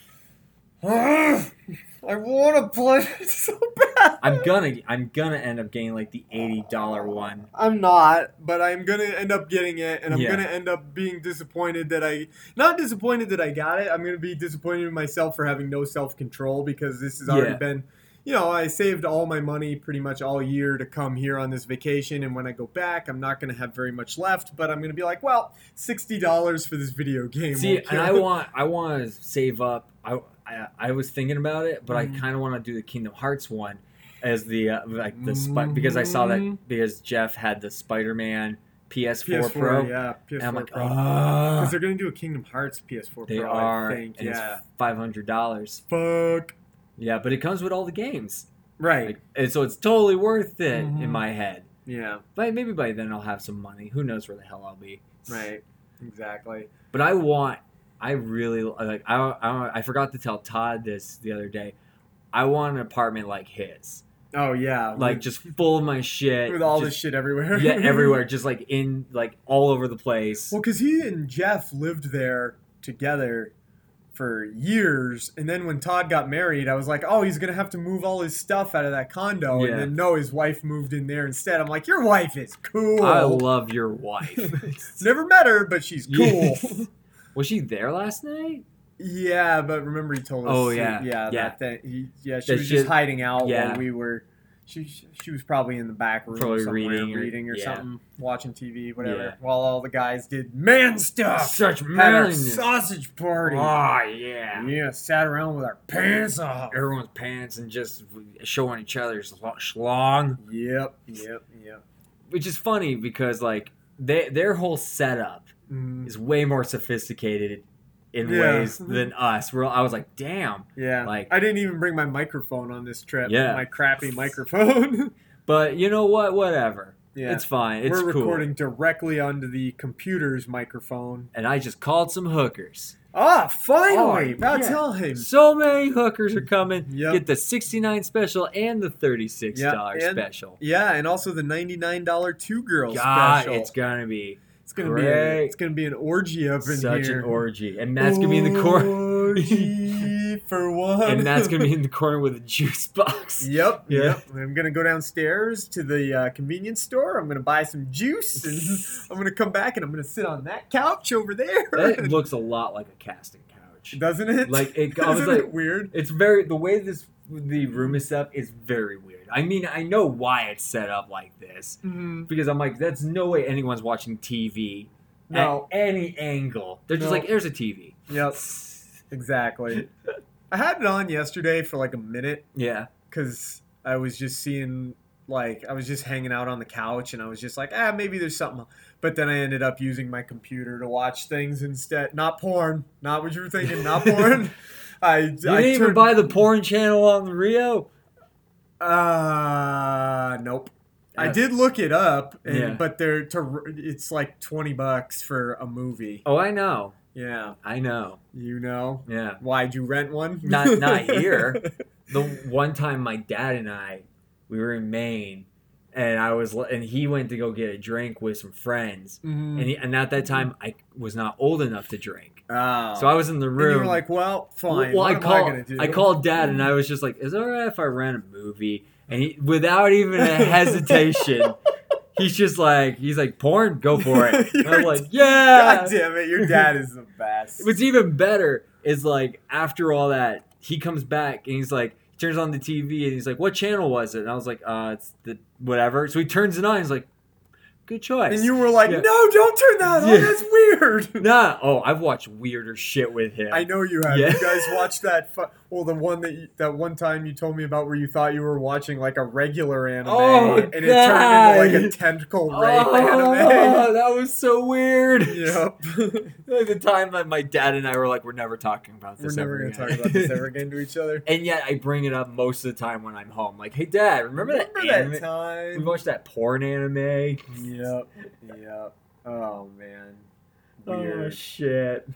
D: I want to play it so bad.
E: I'm gonna I'm gonna end up getting like the eighty dollar one.
D: I'm not, but I'm gonna end up getting it, and I'm
E: Yeah.
D: gonna end up being disappointed that I not disappointed that I got it. I'm gonna be disappointed in myself for having no self control because this has already
E: Yeah.
D: been, you know, I saved all my money pretty much all year to come here on this vacation, and when I go back, I'm not gonna have very much left. But I'm gonna be like, well, sixty dollars for this video game.
E: See,
D: won't
E: and I
D: kill it."
E: want I want to save up. I, I I was thinking about it, but
D: Mhm.
E: I kind of want to do the Kingdom Hearts one as the uh, like the spy because I saw
D: Mhm.
E: that because Jeff had the Spider Man PS4,
D: PS4
E: Pro.
D: yeah, PS4
E: And I'm like,
D: Pro.
E: oh,
D: because they're gonna do a Kingdom Hearts PS4
E: they
D: Pro.
E: are,
D: I think.
E: and
D: Yeah.
E: it's five hundred dollars.
D: Fuck.
E: Yeah, but it comes with all the games,
D: Right.
E: like, and so it's totally worth it
D: Mhm.
E: in my head.
D: yeah.
E: But maybe by then I'll have some money. Who knows where the hell I'll be?
D: Right. Exactly.
E: But I want. I really like. I I, I forgot to tell Todd this the other day. I want an apartment like his,
D: Oh yeah.
E: like
D: with,
E: just full of my shit,
D: with all
E: just,
D: this shit everywhere.
E: yeah, everywhere, just like in, like all over the place.
D: Well, because he and Jeff lived there together for years, and then when Todd got married, I was like, oh, he's gonna have to move all his stuff out of that condo,
E: Yeah.
D: and then no, his wife moved in there instead. I'm like, your wife is cool.
E: I love your wife.
D: Never met her, but she's cool.
E: Yes. Was she there last night?
D: yeah, but remember he told us.
E: Oh,
D: that-
E: yeah,
D: yeah,
E: yeah.
D: That thing, he, yeah, she
E: That
D: was
E: she-
D: just hiding out
E: yeah.
D: while we were. She, she was probably in the back room,
E: Probably
D: somewhere,
E: reading or-
D: reading or
E: yeah.
D: something, watching TV, whatever.
E: Yeah.
D: While all the guys did man stuff.
E: Such
D: Ah, had our
E: manliness.
D: sausage party.
E: Oh yeah.
D: Yeah, sat around with our pants off.
E: Everyone's pants and just showing each other's lo- schlong.
D: Yep, yep, yep.
E: which is funny because like they, their whole setup
D: Mm,
E: is way more sophisticated in
D: Yeah.
E: ways than us. Where I was like, damn.
D: yeah,
E: Like-
D: I didn't even bring my microphone on this trip.
E: Yeah.
D: my crappy microphone.
E: But you know what? Whatever.
D: yeah,
E: It's fine. It's
D: we're
E: cool.
D: recording directly onto the computer's microphone.
E: And I just called some hookers.
D: Ah, finally!
E: Oh,
D: now
E: yeah.
D: tell him.
E: So many hookers are coming.
D: Yep.
E: Get the sixty nine special and the thirty six dollar
D: Yeah, and-
E: special.
D: Yeah, and also the ninety-nine dollar two girls
E: God,
D: special.
E: it's gonna be
D: It's gonna be a,
E: great.
D: it's gonna be an orgy up in
E: such
D: here.
E: an orgy, and that's gonna be in the corner.
D: Orgy for one.
E: And that's gonna be in the corner with a juice box.
D: Yep.
E: Yeah.
D: Yep. I'm gonna go downstairs to the uh, convenience store. I'm gonna buy some juice, and I'm gonna come back and I'm gonna sit on that couch over there.
E: That looks a lot like a casting couch.
D: Doesn't it?
E: Like, it- I was
D: Isn't
E: like-
D: it weird.
E: It's very the way this the room is set up is very weird. I mean, I know why it's set up like this
D: Mm-hmm.
E: because I'm like, that's no way anyone's watching TV
D: No.
E: at any angle. They're just
D: No.
E: like, there's a TV.
D: Yep. Exactly. I had it on yesterday for like a minute
E: Yeah,
D: because I was just seeing. Like I was just hanging out on the couch, and I was just like, ah, maybe there's something. But then I ended up using my computer to watch things instead. Not porn. Not what you were thinking. Not porn. I I
E: you didn't even
D: turned-
E: buy the porn channel on the Rio.
D: Uh, nope. I
E: Uh,
D: did look it up, and,
E: Yeah.
D: but they're to it's like twenty bucks for a movie.
E: Oh, I know,
D: Yeah,
E: I know.
D: you know.
E: Yeah,
D: Why'd you rent one?
E: Not- not here. the one time my dad and I we were in Maine, and I was and he went to go get a drink with some friends,
D: Mhm.
E: and he, and at that time I was not old enough to drink.
D: oh.
E: So I was in the
D: and
E: room.
D: you were like, well, fine.
E: well,
D: what
E: I
D: am
E: called.
D: I
E: I,
D: gonna do?
E: called dad, and I was just like, "Is it alright if I rent a movie?" And he, without even a hesitation, he's just like, "He's like, porn, go for it." And I'm
D: You're-
E: like, "Yeah."
D: God damn it! Your dad is the best.
E: What's even better is like after all that, he comes back and he's like, he turns on the TV and he's like, "What channel was it?" And I was like, "Uh, it's the whatever." So he turns it on. He's like, "Good choice."
D: and you were like,
E: Yeah.
D: no, don't turn that on.
E: Yeah.
D: That's weird.
E: Nah. Oh, I've watched weirder shit with him.
D: I know you have.
E: Yeah.
D: You guys watched that. Fu- well, the one that you, that one time you told me about where you thought you were watching like a regular anime,
E: Oh,
D: and it turned into like a
E: God.
D: tentacle rape anime.
E: Oh, that was so weird.
D: Yep.
E: At the time that my dad and I were like, we're never talking about
D: We're
E: this.
D: never
E: ever
D: going to
E: again."
D: talk about this ever again to each other.
E: and yet I bring it up most of the time when I'm home. Like, hey, dad, remember that? anime? We
D: time?
E: watched that porn anime.
D: Yep. Yep. Oh, man.
E: Oh
D: Weird.
E: shit.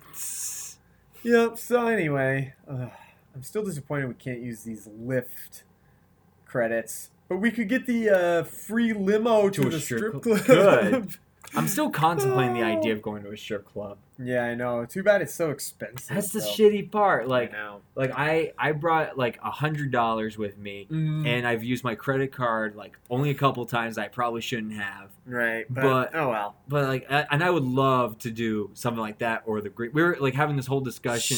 D: yep. So, anyway, ugh, I'm still disappointed we can't use these Lyft credits. But we could get the uh, free limo to,
E: To a
D: the
E: strip
D: strip
E: club.
D: club.
E: Good. I'm still contemplating the idea
D: Oh.
E: of going to a strip club.
D: Yeah, I know. Too bad it's so expensive.
E: That's the
D: though.
E: shitty part. Like,
D: I know.
E: like I I brought like a hundred dollars with me,
D: Mm,
E: and I've used my credit card like only a couple times. I probably shouldn't have.
D: right, but,
E: but-
D: oh well.
E: But like, I, and I would love to do something like that or the Greek. We were like having this whole discussion.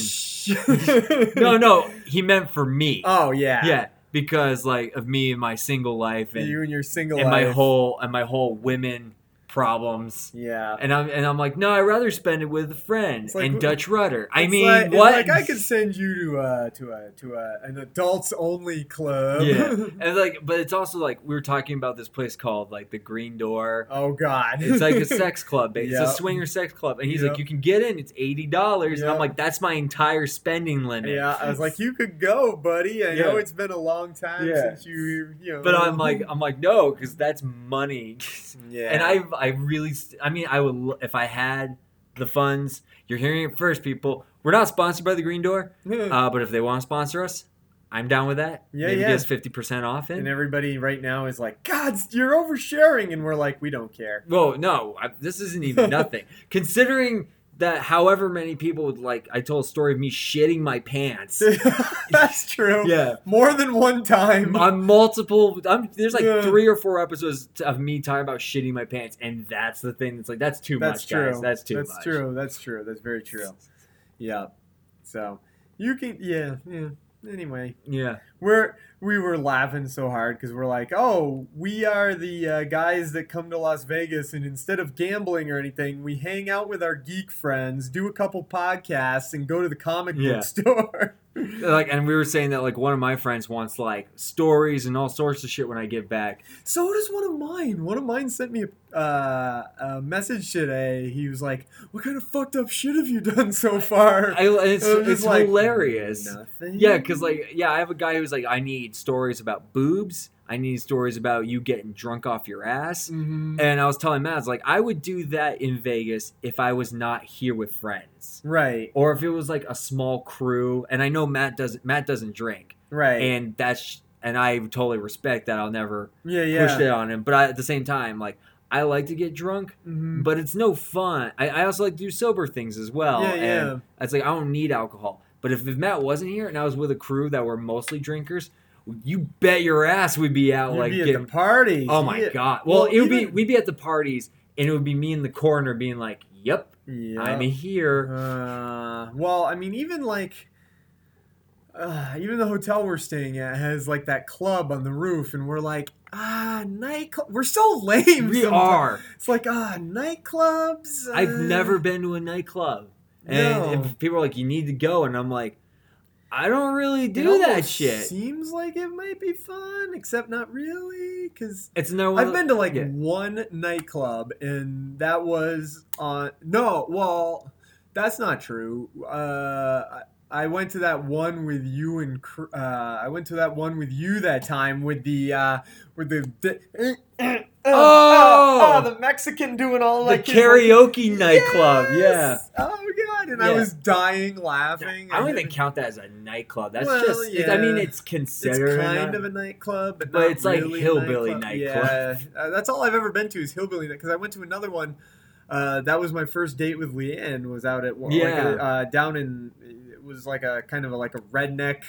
E: no, no, he meant for me.
D: Oh yeah.
E: yeah, because like of me and my single life and
D: You and your single
E: and
D: life.
E: my whole and my whole women problems.
D: Yeah.
E: And I'm and I'm like, no, I'd rather spend it with a friend
D: It's like-
E: and Dutch Rudder. I
D: It's
E: mean,
D: like, it's
E: what?
D: like I could send you to a to a to a an adults only club.
E: yeah, and like, but it's also like we were talking about this place called like the Green Door.
D: oh God.
E: It's like a sex club. ba- It's
D: Yeah.
E: a swinger sex club, and he's
D: Yeah.
E: like, you can get in. It's eighty dollars, and
D: Yeah.
E: I'm like, that's my entire spending limit.
D: Yeah, I was like, you could go, buddy. I know
E: Yeah.
D: it's been a long time
E: Yeah.
D: since you, you know.
E: But I'm like, I'm like, no, because that's money.
D: yeah.
E: And I, I really, I mean, I would lo- if I had the funds. You're hearing it first, people. We're not sponsored by the Green Door, uh, but if they want to sponsor us, I'm down with that.
D: Yeah,
E: Maybe
D: yeah.
E: give us fifty percent off.
D: and
E: And
D: everybody right now is like, God, you're oversharing, and we're like, we don't care.
E: whoa, no, I, this isn't even nothing. Considering that, however many people would like, I told a story of me shitting my pants.
D: That's true.
E: yeah.
D: More than one time.
E: on multiple I'm, there's like
D: Yeah.
E: three or four episodes t- of me talking about shitting my pants and that's the thing that's like that's too
D: That's
E: much
D: true.
E: guys that's too
D: That's
E: much
D: true. That's true. That's very true. Yeah. So you can, yeah, yeah. Anyway,
E: yeah
D: we're we were laughing so hard because we're like, oh, we are the uh, guys that come to Las Vegas, and instead of gambling or anything, we hang out with our geek friends, do a couple podcasts, and go to the comic
E: Yeah.
D: book store.
E: like and we were saying that like one of my friends wants like stories and all sorts of shit when I get back
D: so does one of mine. One of mine sent me a, uh, a message today. He was like, "What kind of fucked up shit have you done so far?"
E: I, it's,
D: And I'm
E: it's
D: just like,
E: hilarious
D: Nothing.
E: yeah because like yeah I have a guy who's like I need stories about boobs I need stories about you getting drunk off your ass
D: Mhm.
E: and I was telling Matt I was like I would do that in Vegas if I was not here with friends
D: right,
E: or if it was like a small crew and i know matt doesn't matt doesn't drink
D: right,
E: and that's and i totally respect that i'll never
D: yeah, yeah.
E: push that on him but I, at the same time like i like to get drunk
D: Mhm.
E: but it's no fun i, I also like to do sober things as well
D: Yeah, yeah.
E: and it's like i don't need alcohol but if, if matt wasn't here and i was with a crew that were mostly drinkers you bet your ass we'd be out
D: You'd
E: like
D: be at
E: getting
D: the party.
E: oh my god well, it would be we'd be at the parties and it would be me in the corner being like yep
D: Yeah.
E: i'm here
D: Uh, well, I mean, even like, uh, even the hotel we're staying at has like that club on the roof, and we're like, ah, nightclub. We're so lame.
E: we
D: sometimes.
E: are
D: It's like ah, nightclubs.
E: I've
D: uh,
E: never been to a nightclub. And
D: No.
E: if people are like, you need to go. And I'm like, I don't really
D: it
E: do that
D: almost
E: shit.
D: Seems like it might be fun, except not really, because
E: It's no one.
D: I've been to like
E: yeah.
D: one nightclub, and that was on. No, well, that's not true. Uh, I I went to that one with you and Cr- uh, I went to that one with you that time with the uh, with the. the oh,
E: Oh!
D: the Mexican doing all
E: the
D: like his-
E: karaoke nightclub. Yeah.
D: Yes! Oh god, and I
E: Yeah.
D: was dying laughing.
E: I don't even count that as a nightclub. That's
D: Well,
E: just, it- I
D: yeah.
E: mean, it's
D: It's
E: considered.
D: kind of a nightclub, but,
E: But
D: not
E: it's like
D: really a
E: hillbilly
D: Yeah, uh, that's all I've ever been to is hillbilly because I went to another one. Uh, that was my first date with Leanne. Was out at one- like
E: Yeah.
D: a, uh, down in it was like a kind of a, like a redneck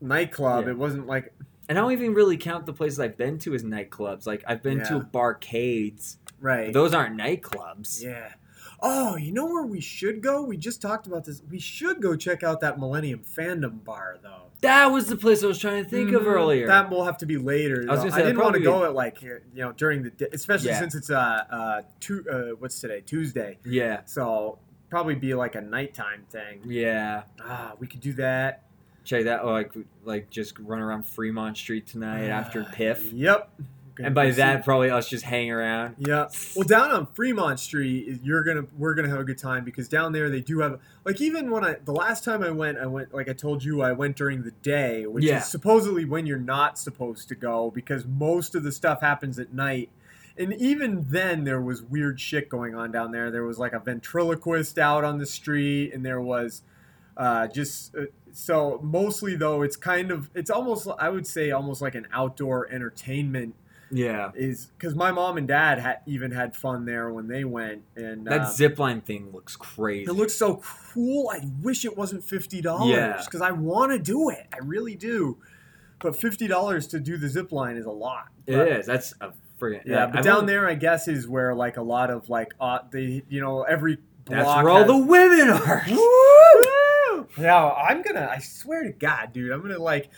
D: nightclub.
E: Yeah.
D: It wasn't like
E: and I don't even really count the places I've been to as nightclubs. Like, I've been to
D: Yeah.
E: barcades.
D: right.
E: but Those aren't nightclubs.
D: yeah. Oh, you know where we should go? We just talked about this. We should go check out that Millennium Fandom Bar though.
E: That was the place I was trying to think of
D: Mhm.
E: earlier.
D: That will have to be later.
E: I was
D: though.
E: gonna
D: I didn't
E: say, that'd
D: want to
E: probably
D: go at like you know during the day, especially
E: Yeah.
D: since it's uh uh, tu- uh what's today Tuesday,
E: yeah.
D: so probably be like a nighttime thing.
E: Yeah.
D: Ah, we could do that.
E: Check that. Like, like just run around Fremont Street tonight after
D: Ah,
E: Piff.
D: Yep. Gonna
E: and by
D: go see-
E: that probably us just hang around
D: Yeah. Well, down on Fremont Street, is- you're gonna we're gonna have a good time because down there they do have like even when I the last time I went, I went like I told you I went during the day, which
E: Yeah.
D: is supposedly when you're not supposed to go because most of the stuff happens at night. And even then, there was weird shit going on down there. There was like a ventriloquist out on the street, and there was uh, just uh, so mostly though it's kind of it's almost I would say almost like an outdoor entertainment
E: Yeah.
D: is because my mom and dad had even had fun there when they went, and
E: That
D: uh,
E: zip line thing looks crazy.
D: It looks so cool. I wish it wasn't fifty dollars
E: Yeah.
D: because I want to do it. I really do. But fifty dollars to do the zip line is a lot.
E: It
D: But-
E: is. That's a freaking
D: Yeah, but down there, I guess, is where like a lot of like uh, they you know every
E: That's
D: block
E: where all
D: has-
E: the women are.
D: Woo! Yeah, I'm gonna. I swear to God, dude, I'm gonna like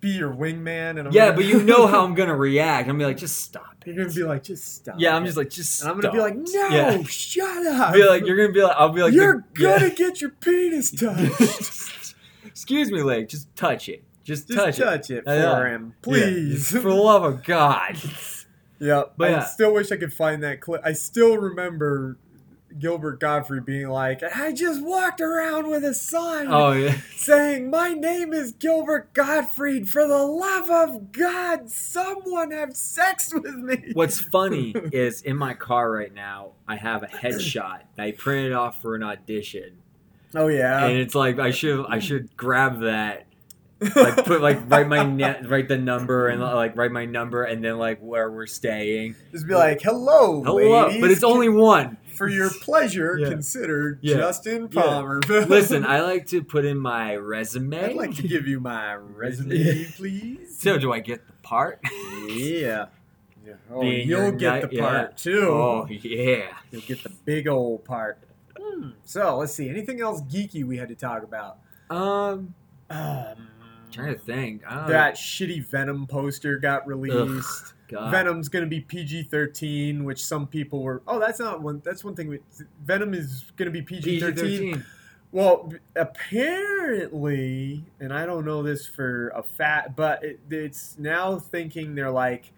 D: be your wingman, and I'm
E: Yeah,
D: gonna-
E: but you know how I'm gonna react. I'm gonna be like, just stop it.
D: you're gonna be like, just stop.
E: Yeah, I'm
D: it."
E: just like, just.
D: and I'm gonna be like, no,
E: stop." Yeah.
D: shut up.
E: Be like, you're gonna be like, I'll be like, the-
D: you're gonna
E: yeah.
D: get your penis touched.
E: Excuse me, leg. Just touch it. Just,
D: Just
E: touch, it.
D: it,
E: I know.
D: for him,
E: Yeah.
D: please.
E: For the love of God.
D: Yeah,
E: But
D: I
E: yeah.
D: still wish I could find that clip. I still remember Gilbert Godfrey being like, "I just walked around with a sign
E: Oh yeah.
D: saying my name is Gilbert Gottfried. For the love of God, someone have sex with me."
E: What's funny is in my car right now, I have a headshot that I printed off for an audition,
D: Oh yeah,
E: and it's like I should I should grab that, like put like write my net, write the number, and like write my number, and then like where we're staying.
D: just be like, "Hello,
E: Hello,
D: ladies.
E: but it's only one.
D: for your pleasure.
E: Yeah.
D: Consider
E: Yeah.
D: Justin
E: Yeah.
D: Palmer."
E: Listen, I like to put in my resume.
D: I'd like to give you my resume,
E: Yeah.
D: please.
E: So do I get the part?
D: Yeah. yeah. Oh,
E: Being
D: you'll
E: your
D: get
E: guy-
D: the
E: yeah.
D: part too.
E: Oh yeah.
D: You'll get the big old part. Hmm. So let's see. Anything else geeky we had to talk about?
E: Um,
D: Um,
E: trying to think. Um, I don't
D: that shitty Venom poster got released.
E: God.
D: Venom's gonna be PG thirteen, which some people were. Oh, that's not one. That's one thing. We, Venom is gonna be PG thirteen.
E: PG-13.
D: Well, b- apparently, and I don't know this for a fact, but it, it's now thinking they're like,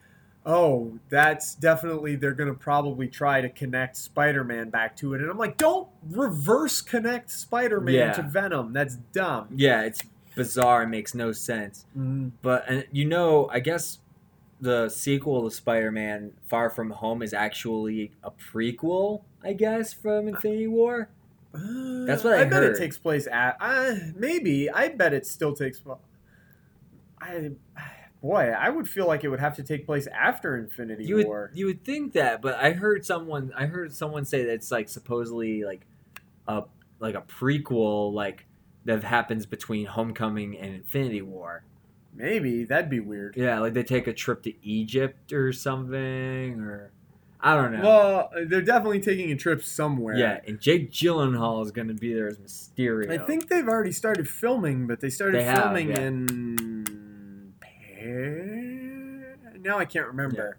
D: oh, that's definitely they're gonna probably try to connect Spider-Man back to it, and I'm like, don't reverse connect Spider-Man
E: Yeah.
D: to Venom. That's dumb.
E: Yeah, it's bizarre. It makes no sense. But and you know, I guess the sequel to Spider-Man: Far From Home is actually a prequel, I guess, from Infinity War. That's what I
D: Uh, bet
E: heard.
D: it takes place at. Uh, maybe I bet it still takes. pl- I boy, I would feel like it would have to take place after Infinity
E: You
D: War.
E: would you would think that, but I heard someone I heard someone say that it's like supposedly like a like a prequel like that happens between Homecoming and Infinity War.
D: Maybe that'd be weird.
E: Yeah, like they take a trip to Egypt or something, or I don't know.
D: Well, they're definitely taking a trip somewhere.
E: yeah, and Jake Gyllenhaal is going to be there as Mysterio.
D: I think they've already started filming, but they started
E: They have,
D: filming
E: yeah.
D: in Paris. Now I can't remember.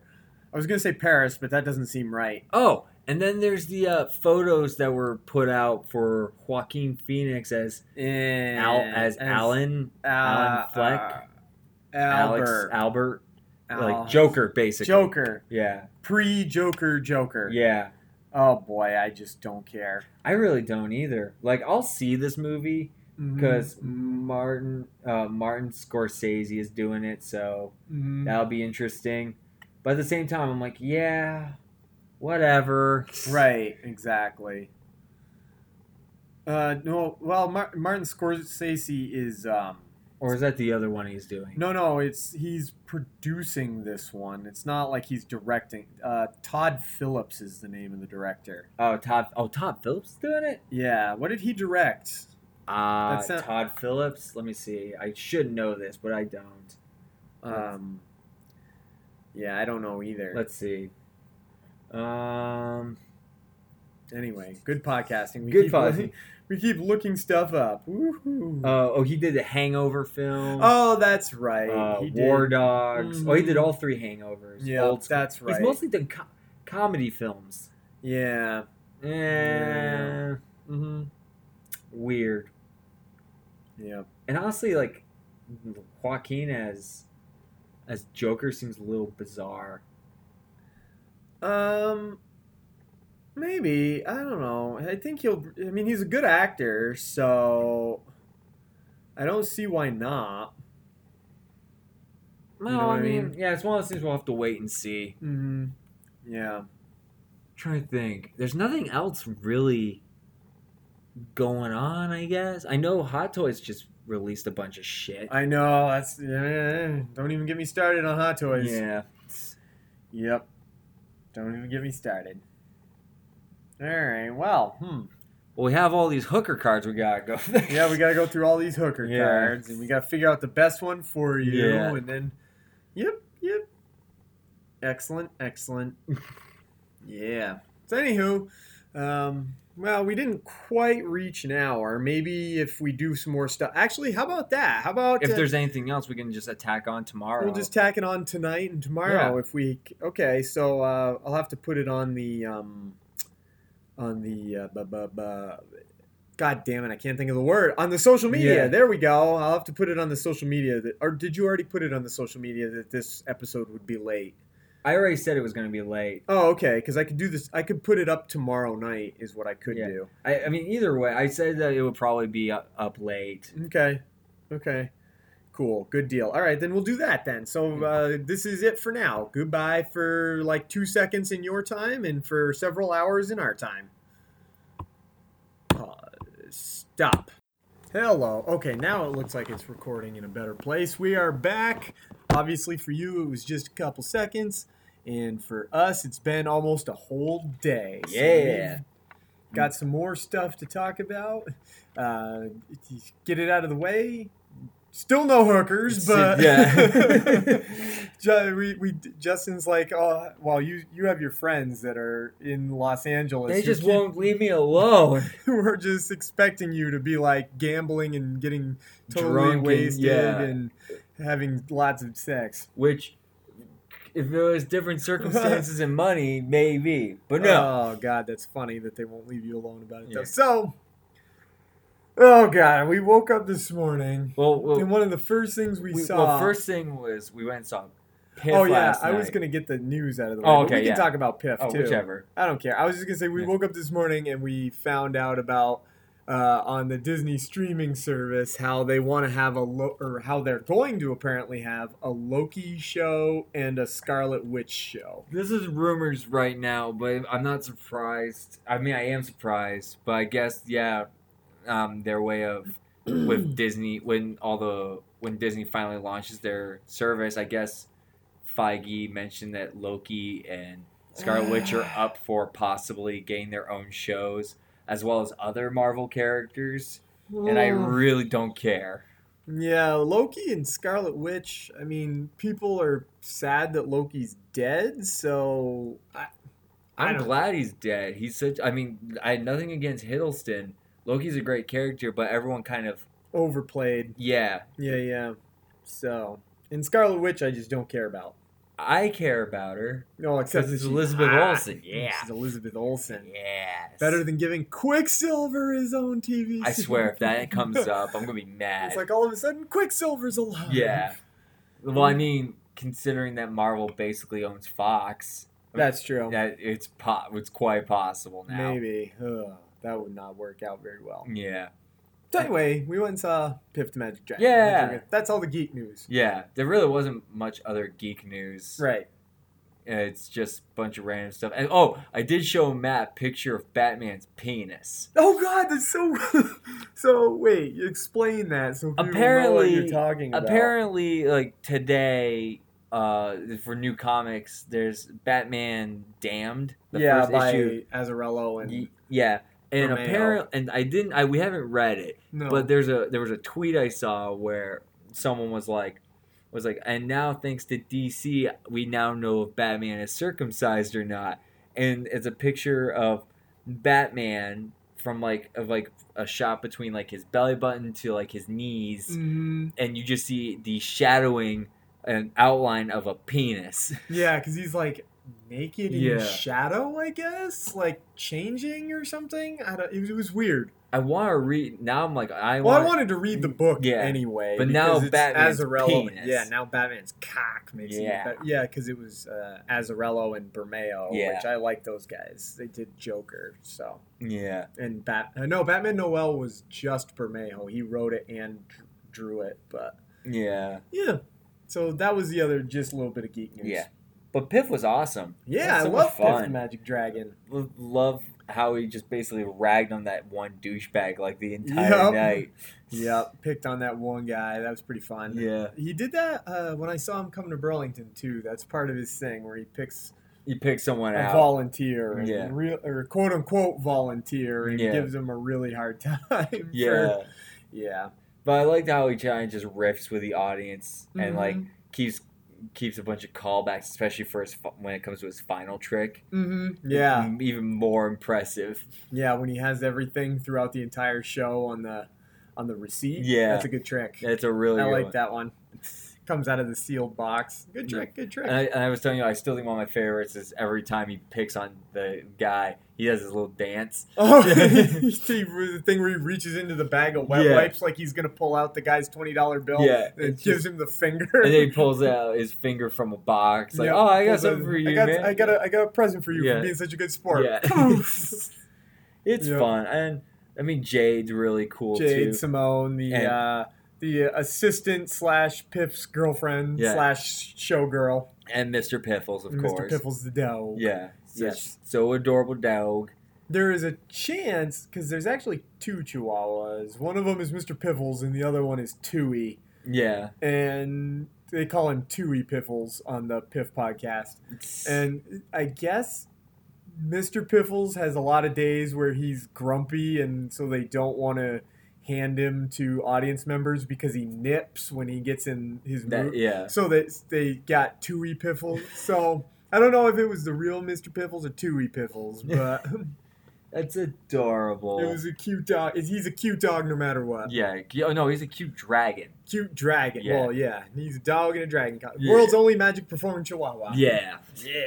D: I was gonna say Paris, but that doesn't seem right.
E: Oh, and then there's the uh, photos that were put out for Joaquin Phoenix as Al as Alan
D: uh,
E: Alan Fleck,
D: uh,
E: Alex
D: Albert,
E: Albert, like
D: Al-
E: Joker basically.
D: Joker,
E: Yeah,
D: pre-Joker, Joker.
E: yeah.
D: Oh boy, I just don't care.
E: I really don't either. Like I'll see this movie
D: Mm-hmm.
E: because Martin uh, Martin Scorsese is doing it, so
D: Mhm.
E: that'll be interesting. But at the same time, I'm like, yeah, whatever.
D: Right, exactly. Uh, no, well, Mar- Martin Scorsese is um,
E: Or is that the other one he's doing?
D: no, no, it's he's producing this one. It's not like he's directing. Uh, Todd Phillips is the name of the director.
E: Oh, Todd. Oh, Todd Phillips doing it.
D: Yeah, what did he direct?
E: Uh,
D: That's not-
E: Todd Phillips. Let me see. I should know this, but I don't.
D: Um, yeah, I don't know either.
E: Let's see. Um,
D: anyway, good podcasting. We
E: Good
D: keep
E: podcasting.
D: looking- we keep looking stuff up. Woohoo!
E: oh, oh, he did the Hangover film.
D: oh, that's right.
E: uh,
D: he did.
E: War Dogs. Oh, he did
D: Mhm.
E: all three Hangovers.
D: Yeah,
E: Old school.
D: that's right.
E: He's mostly done co- comedy films.
D: yeah.
E: Eh,
D: Yeah. Mm-hmm.
E: Weird.
D: Yeah.
E: And honestly, like Joaquin as as Joker seems a little bizarre.
D: Um, maybe I don't know. I think he'll. I mean, he's a good actor, so I don't see why not.
E: No,
D: know what
E: I
D: I
E: mean,
D: mean?
E: yeah, it's one of those things we'll have to wait and see.
D: Mm-hmm. Yeah.
E: trying to think. There's nothing else really going on, I guess. I know Hot Toys just released a bunch of shit.
D: I know. That's. Yeah, don't even get me started on Hot Toys.
E: yeah.
D: Yep. Don't even get me started. All right. Well, hmm.
E: Well, we have all these hooker cards we gotta go. through.
D: Yeah, we got to go through all these hooker
E: Yeah.
D: cards, and we got to figure out the best one for you,
E: Yeah.
D: and then, yep, yep. Excellent, excellent. yeah. So, anywho, um, well, we didn't quite reach an hour. Maybe if we do some more stuff. Actually, how about that? How about
E: If
D: uh,
E: there's anything else, we can just attack on tomorrow.
D: We'll just tack it on tonight and tomorrow
E: Yeah.
D: if we. Okay, so uh, I'll have to put it on the um, on the uh, bu- bu- bu- God damn it! I can't think of the word on the social media.
E: Yeah.
D: There we go. I'll have to put it on the social media. That, or did you already put it on the social media that this episode would be late?
E: I already said it was gonna be late.
D: Oh, okay. Because I could do this. I could put it up tomorrow night. Is what I could
E: Yeah.
D: do.
E: I, I mean, either way, I said that it would probably be up, up late.
D: Okay. Okay. Cool. Good deal. All right, then we'll do that then. So uh, this is it for now. Goodbye for like two seconds in your time and for several hours in our time. Pause. Stop. Hello. Okay, now it looks like it's recording in a better place. We are back. Obviously, for you, it was just a couple seconds. And for us, it's been almost a whole day. So
E: Yeah.
D: we've Got some more stuff to talk about. Uh, get it out of the way. Still no hookers, but
E: Yeah.
D: Ju- we, we Justin's like, oh, well, you you have your friends that are in Los Angeles.
E: They
D: who
E: just
D: can't-
E: won't leave me alone.
D: we're just expecting you to be like gambling and getting totally
E: Drunk and-
D: wasted
E: yeah.
D: and having lots of sex.
E: Which, if it was different circumstances and money, maybe. But no.
D: Oh god, that's funny that they won't leave you alone about it. Though.
E: Yeah.
D: So, oh god, we woke up this morning
E: well, well,
D: and one of the first things we,
E: we-
D: saw.
E: well, first thing was we went and saw Piff
D: oh yeah,
E: last
D: I was
E: night.
D: gonna get the news out of the way.
E: Oh,
D: but
E: okay,
D: we
E: yeah.
D: can talk about Piff
E: Oh,
D: too.
E: whichever.
D: I don't care. I was just gonna say we
E: Yeah.
D: woke up this morning and we found out about uh, on the Disney streaming service how they want to have a lo- or how they're going to apparently have a Loki show and a Scarlet Witch show.
E: This is rumors right now, but I'm not surprised. I mean, I am surprised, but I guess yeah, um, their way of with Disney when all the when Disney finally launches their service, I guess Feige mentioned that Loki and Scarlet Witch are up for possibly getting their own shows as well as other Marvel characters, and I really don't care.
D: yeah, Loki and Scarlet Witch. I mean, people are sad that Loki's dead, so I, I
E: I'm
D: don't-
E: glad he's dead. He's such. I mean, I had nothing against Hiddleston. Loki's a great character, but everyone kind of
D: overplayed.
E: Yeah,
D: Yeah, yeah. So, and Scarlet Witch, I just don't care about.
E: I care about her
D: No, except
E: because it's
D: that she's
E: Elizabeth
D: hot.
E: Olsen. Yeah,
D: She's Elizabeth Olsen.
E: yes.
D: Better than giving Quicksilver his own TV.
E: I swear, if that comes
D: series.
E: up, I'm gonna be mad.
D: it's like oh, all of a sudden Quicksilver's alive.
E: yeah. Well, I mean, considering that Marvel basically owns Fox,
D: that's true.
E: that it's po- it's quite possible now.
D: Maybe Ugh, that would not work out very well.
E: Yeah,
D: So anyway, we went and saw Piff the Magic Dragon.
E: Yeah.
D: that's all the geek news.
E: yeah. There really wasn't much other geek news.
D: Right.
E: It's just a bunch of random stuff. And oh, I did show Matt a picture of Batman's penis.
D: Oh God, that's so. so wait, you explain that. So people know what
E: Apparently-
D: you're talking about.
E: apparently like today uh for new comics there's batman damned the
D: yeah,
E: first
D: by
E: issue
D: Azarello and
E: Y- yeah and
D: Romero.
E: apparently and i didn't i we haven't read it
D: no.
E: but there's a there was a tweet i saw where someone was like was like and now thanks to dc we now know if batman is circumcised or not and it's a picture of batman from like of like a shot between like his belly button to like his knees
D: Mhm.
E: and you just see the shadowing and outline of a penis.
D: Yeah, because he's like naked in
E: Yeah.
D: shadow, I guess, like changing or something. I don't. It was, it was weird.
E: I want to read now. I'm like, I
D: Well,
E: want. Mm,
D: I wanted to read the book
E: Yeah.
D: anyway,
E: But
D: because
E: now
D: it's
E: Batman's
D: Azarello.
E: penis.
D: Yeah, now Batman's cock makes it
E: Yeah.
D: better. yeah, because it was uh, Azarello and Bermeo,
E: Yeah.
D: which I like those guys. They did Joker, so
E: yeah,
D: and Bat. Uh, no, Batman Noel was just Bermeo. He wrote it and dr- drew it, but
E: yeah,
D: yeah. So that was the other just a little bit of geek news.
E: yeah. But Piff was awesome.
D: yeah.
E: That's
D: I
E: so much
D: love Piff the
E: fun.
D: Magic Dragon.
E: Lo- Love how he just basically ragged on that one douchebag like the entire
D: Yep.
E: night.
D: Yep, picked on that one guy. That was pretty fun.
E: Yeah,
D: He did that uh, when I saw him coming to Burlington too. That's part of his thing where he picks
E: you pick someone
D: a
E: out.
D: volunteer, and
E: Yeah.
D: real or quote unquote volunteer, and
E: Yeah.
D: gives him a really hard time. for-
E: yeah,
D: yeah,
E: but I liked how he kind of just riffs with the audience and like
D: Mm-hmm.
E: keeps keeps a bunch of callbacks, especially for his fi- when it comes to his final trick.
D: hmm
E: Mm-hmm.
D: yeah,
E: M- even more impressive.
D: yeah. When he has everything throughout the entire show on the on the receipt,
E: Yeah.
D: that's a good trick.
E: That's a really
D: I
E: good
D: like
E: one. Mm-hmm.
D: that one. Comes out of the sealed box. Good
E: Yeah.
D: trick. Good trick.
E: And I, and I was telling you, I still think one of my favorites is every time he picks on the guy, he does his little dance.
D: Oh, you see the thing where he reaches into the bag of wet
E: Yeah.
D: wipes like he's gonna pull out the guy's twenty dollar bill.
E: Yeah,
D: and
E: it's
D: gives him the finger.
E: and then he pulls out his finger from a box, like,
D: Yeah,
E: "Oh, I got
D: pulls
E: something
D: in,
E: for you,
D: I got,
E: man."
D: I got a, I got a present for you
E: Yeah.
D: for being such a good sport.
E: Yeah. it's
D: Yeah.
E: fun, and I mean, Jade's really cool too.
D: Jade Simone, the
E: And-
D: uh, the assistant slash Piff's girlfriend
E: Yeah.
D: slash showgirl,
E: and Mr. Piffles, of
D: and Mr.
E: course.
D: Piffles the dough.
E: Yeah, such,
D: Yes.
E: so adorable dog.
D: There is a chance because there's actually two Chihuahuas. One of them is Mr. Piffles, and the other one is Tui.
E: Yeah,
D: and they call him Tui Piffles on the Piff podcast. And I guess Mr. Piffles has a lot of days where he's grumpy, and so they don't want to hand him to audience members because he nips when he gets in his
E: that,
D: mood.
E: yeah,
D: So that they got Tui Piffles. So I don't know if it was the real Mr. Piffles or Tui Piffles, but
E: that's adorable.
D: it was a cute dog. He's a cute dog no matter what.
E: yeah, oh no, he's a cute dragon.
D: cute dragon.
E: Yeah.
D: Well, yeah, he's a dog and a dragon. co-
E: Yeah.
D: World's only magic performing chihuahua.
E: Yeah,
D: yeah.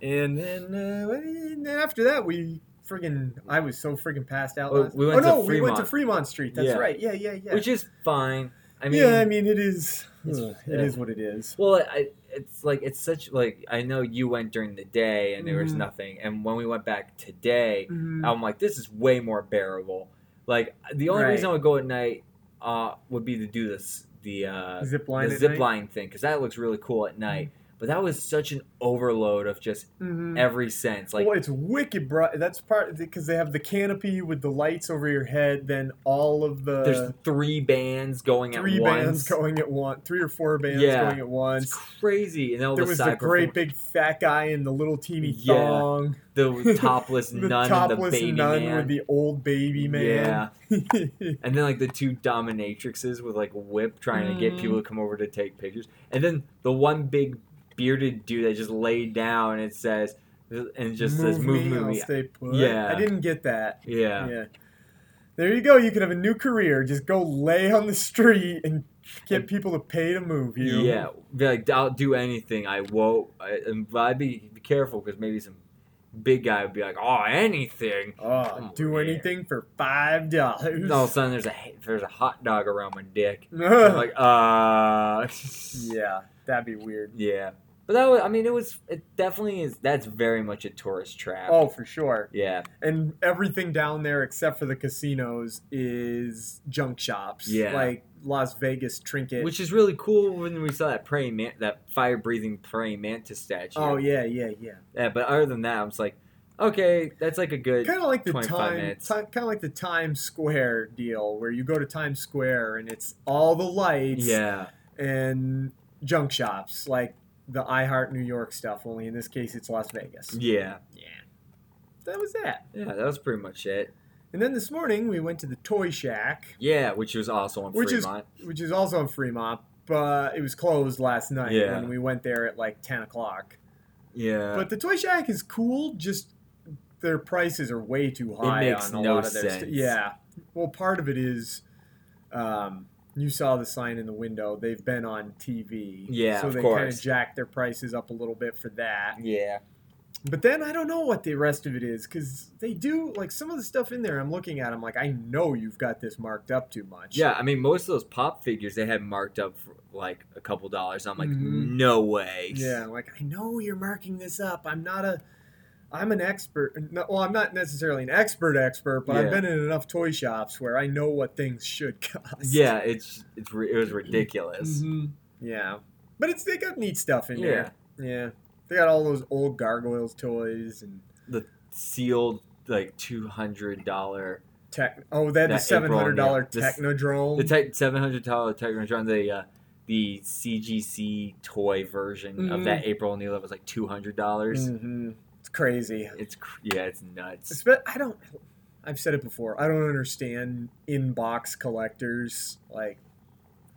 D: And then, uh, and then after that, we friggin' I was so friggin' passed out.
E: Oh,
D: last-
E: we went
D: oh no,
E: to
D: we went to
E: Fremont.
D: Fremont Street. That's
E: Yeah.
D: right. Yeah, yeah, yeah.
E: which is fine. I mean,
D: yeah, I mean it is.
E: It's-
D: ugh, It is
E: yeah.
D: what it is.
E: Well, I, it's like it's such like I know you went during the day and there was
D: Mhm.
E: nothing, and when we went back today,
D: Mhm.
E: I'm like this is way more bearable. Like the only reason
D: Right.
E: I would go at night uh, would be to do this the uh,
D: zip line.
E: the zip line thing because that looks really cool at night.
D: Mm.
E: But that was such an overload of just
D: hmm
E: every sense. Like
D: well, it's wicked, bro. That's part because they have the canopy with the lights over your head, then all of the
E: there's three bands going
D: uh, three
E: at
D: bands
E: once.
D: going at once, three or four bands
E: Yeah.
D: going at once.
E: it's crazy, and all
D: There
E: the
D: was
E: side
D: the great
E: perform-
D: big fat guy in the little teeny
E: Yeah.
D: thong,
E: the topless
D: the
E: nun, and the
D: topless
E: baby
D: nun
E: man.
D: with the old baby man. Yeah.
E: And then like the two dominatrixes with like whip trying to get
D: Mhm.
E: people to come over to take pictures. And then the one big bearded dude that just laid down and it says and just says move
D: me,
E: move
D: I'll
E: me.
D: stay put.
E: Yeah.
D: I didn't get that.
E: Yeah.
D: yeah. There you go. You could have a new career. Just go lay on the street and get people to pay to move you.
E: Yeah. Be like I'll do anything. I won't I, and but I'd be, be careful because maybe some big guy would be like, "Oh, anything."
D: Oh,
E: Oh,
D: do
E: yeah.
D: anything for five dollars.
E: And all of a sudden there's a there's a hot dog around my dick. I'm
D: like,
E: like, "Uh."
D: yeah, that'd be weird.
E: Yeah. But that was, I mean, it was, it definitely is, that's very much a tourist trap.
D: Oh, for sure.
E: Yeah.
D: and everything down there except for the casinos is junk shops.
E: Yeah.
D: like Las Vegas trinket.
E: Which is really cool when we saw that praying man, that fire breathing praying mantis statue.
D: oh yeah, yeah, yeah.
E: Yeah, but other than that, I'm just like, okay, that's like a good.
D: Kind of like the
E: 25
D: time,
E: minutes.
D: time kind of like the Times Square deal, where you go to Times Square and it's all the lights
E: yeah.
D: and junk shops, like the I Heart New York stuff. Only in this case, it's Las Vegas.
E: Yeah.
D: That was that.
E: Yeah, that was pretty much it.
D: And then this morning we went to the Toy Shack,
E: Yeah, which was also on
D: Which is-
E: Fremont.
D: which is also in Fremont, but it was closed last night
E: Yeah.
D: when we went there at like ten o'clock.
E: yeah.
D: But the Toy Shack is cool. Just their prices are way too high
E: makes
D: on a
E: no
D: lot of their
E: sense.
D: st- yeah. Well, part of it is, um, you saw the sign in the window. They've been on TV.
E: Yeah,
D: so
E: of
D: they kind
E: course.
D: of jacked their prices up a little bit for that.
E: yeah.
D: But then I don't know what the rest of it is because they do like some of the stuff in there. I'm looking at. I'm like, I know you've got this marked up too much.
E: Yeah, I mean, most of those pop figures they had marked up for like a couple dollars. I'm like,
D: Mhm.
E: no way.
D: Yeah, like I know you're marking this up. I'm not a, I'm an expert. No, well, I'm not necessarily an expert expert, but I've
E: Yeah.
D: been in enough toy shops where I know what things should cost.
E: Yeah, it's it's ri- it was ridiculous.
D: Mhm. yeah. But it's they got neat stuff in
E: Yeah,
D: there. Yeah, they got all those old gargoyles toys and
E: sealed like two hundred dollar
D: Tech. Oh, they had the
E: That
D: seven
E: April
D: hundred
E: and
D: dollar
E: the- this-
D: Technodrome.
E: the tech seven hundred dollar Technotron the uh, the CGC toy version of
D: Mm.
E: that April O'Neil that was like two hundred dollars.
D: Mhm. It's crazy.
E: It's cr- yeah, it's nuts.
D: It's- but I don't. I've said it before. I don't understand inbox collectors like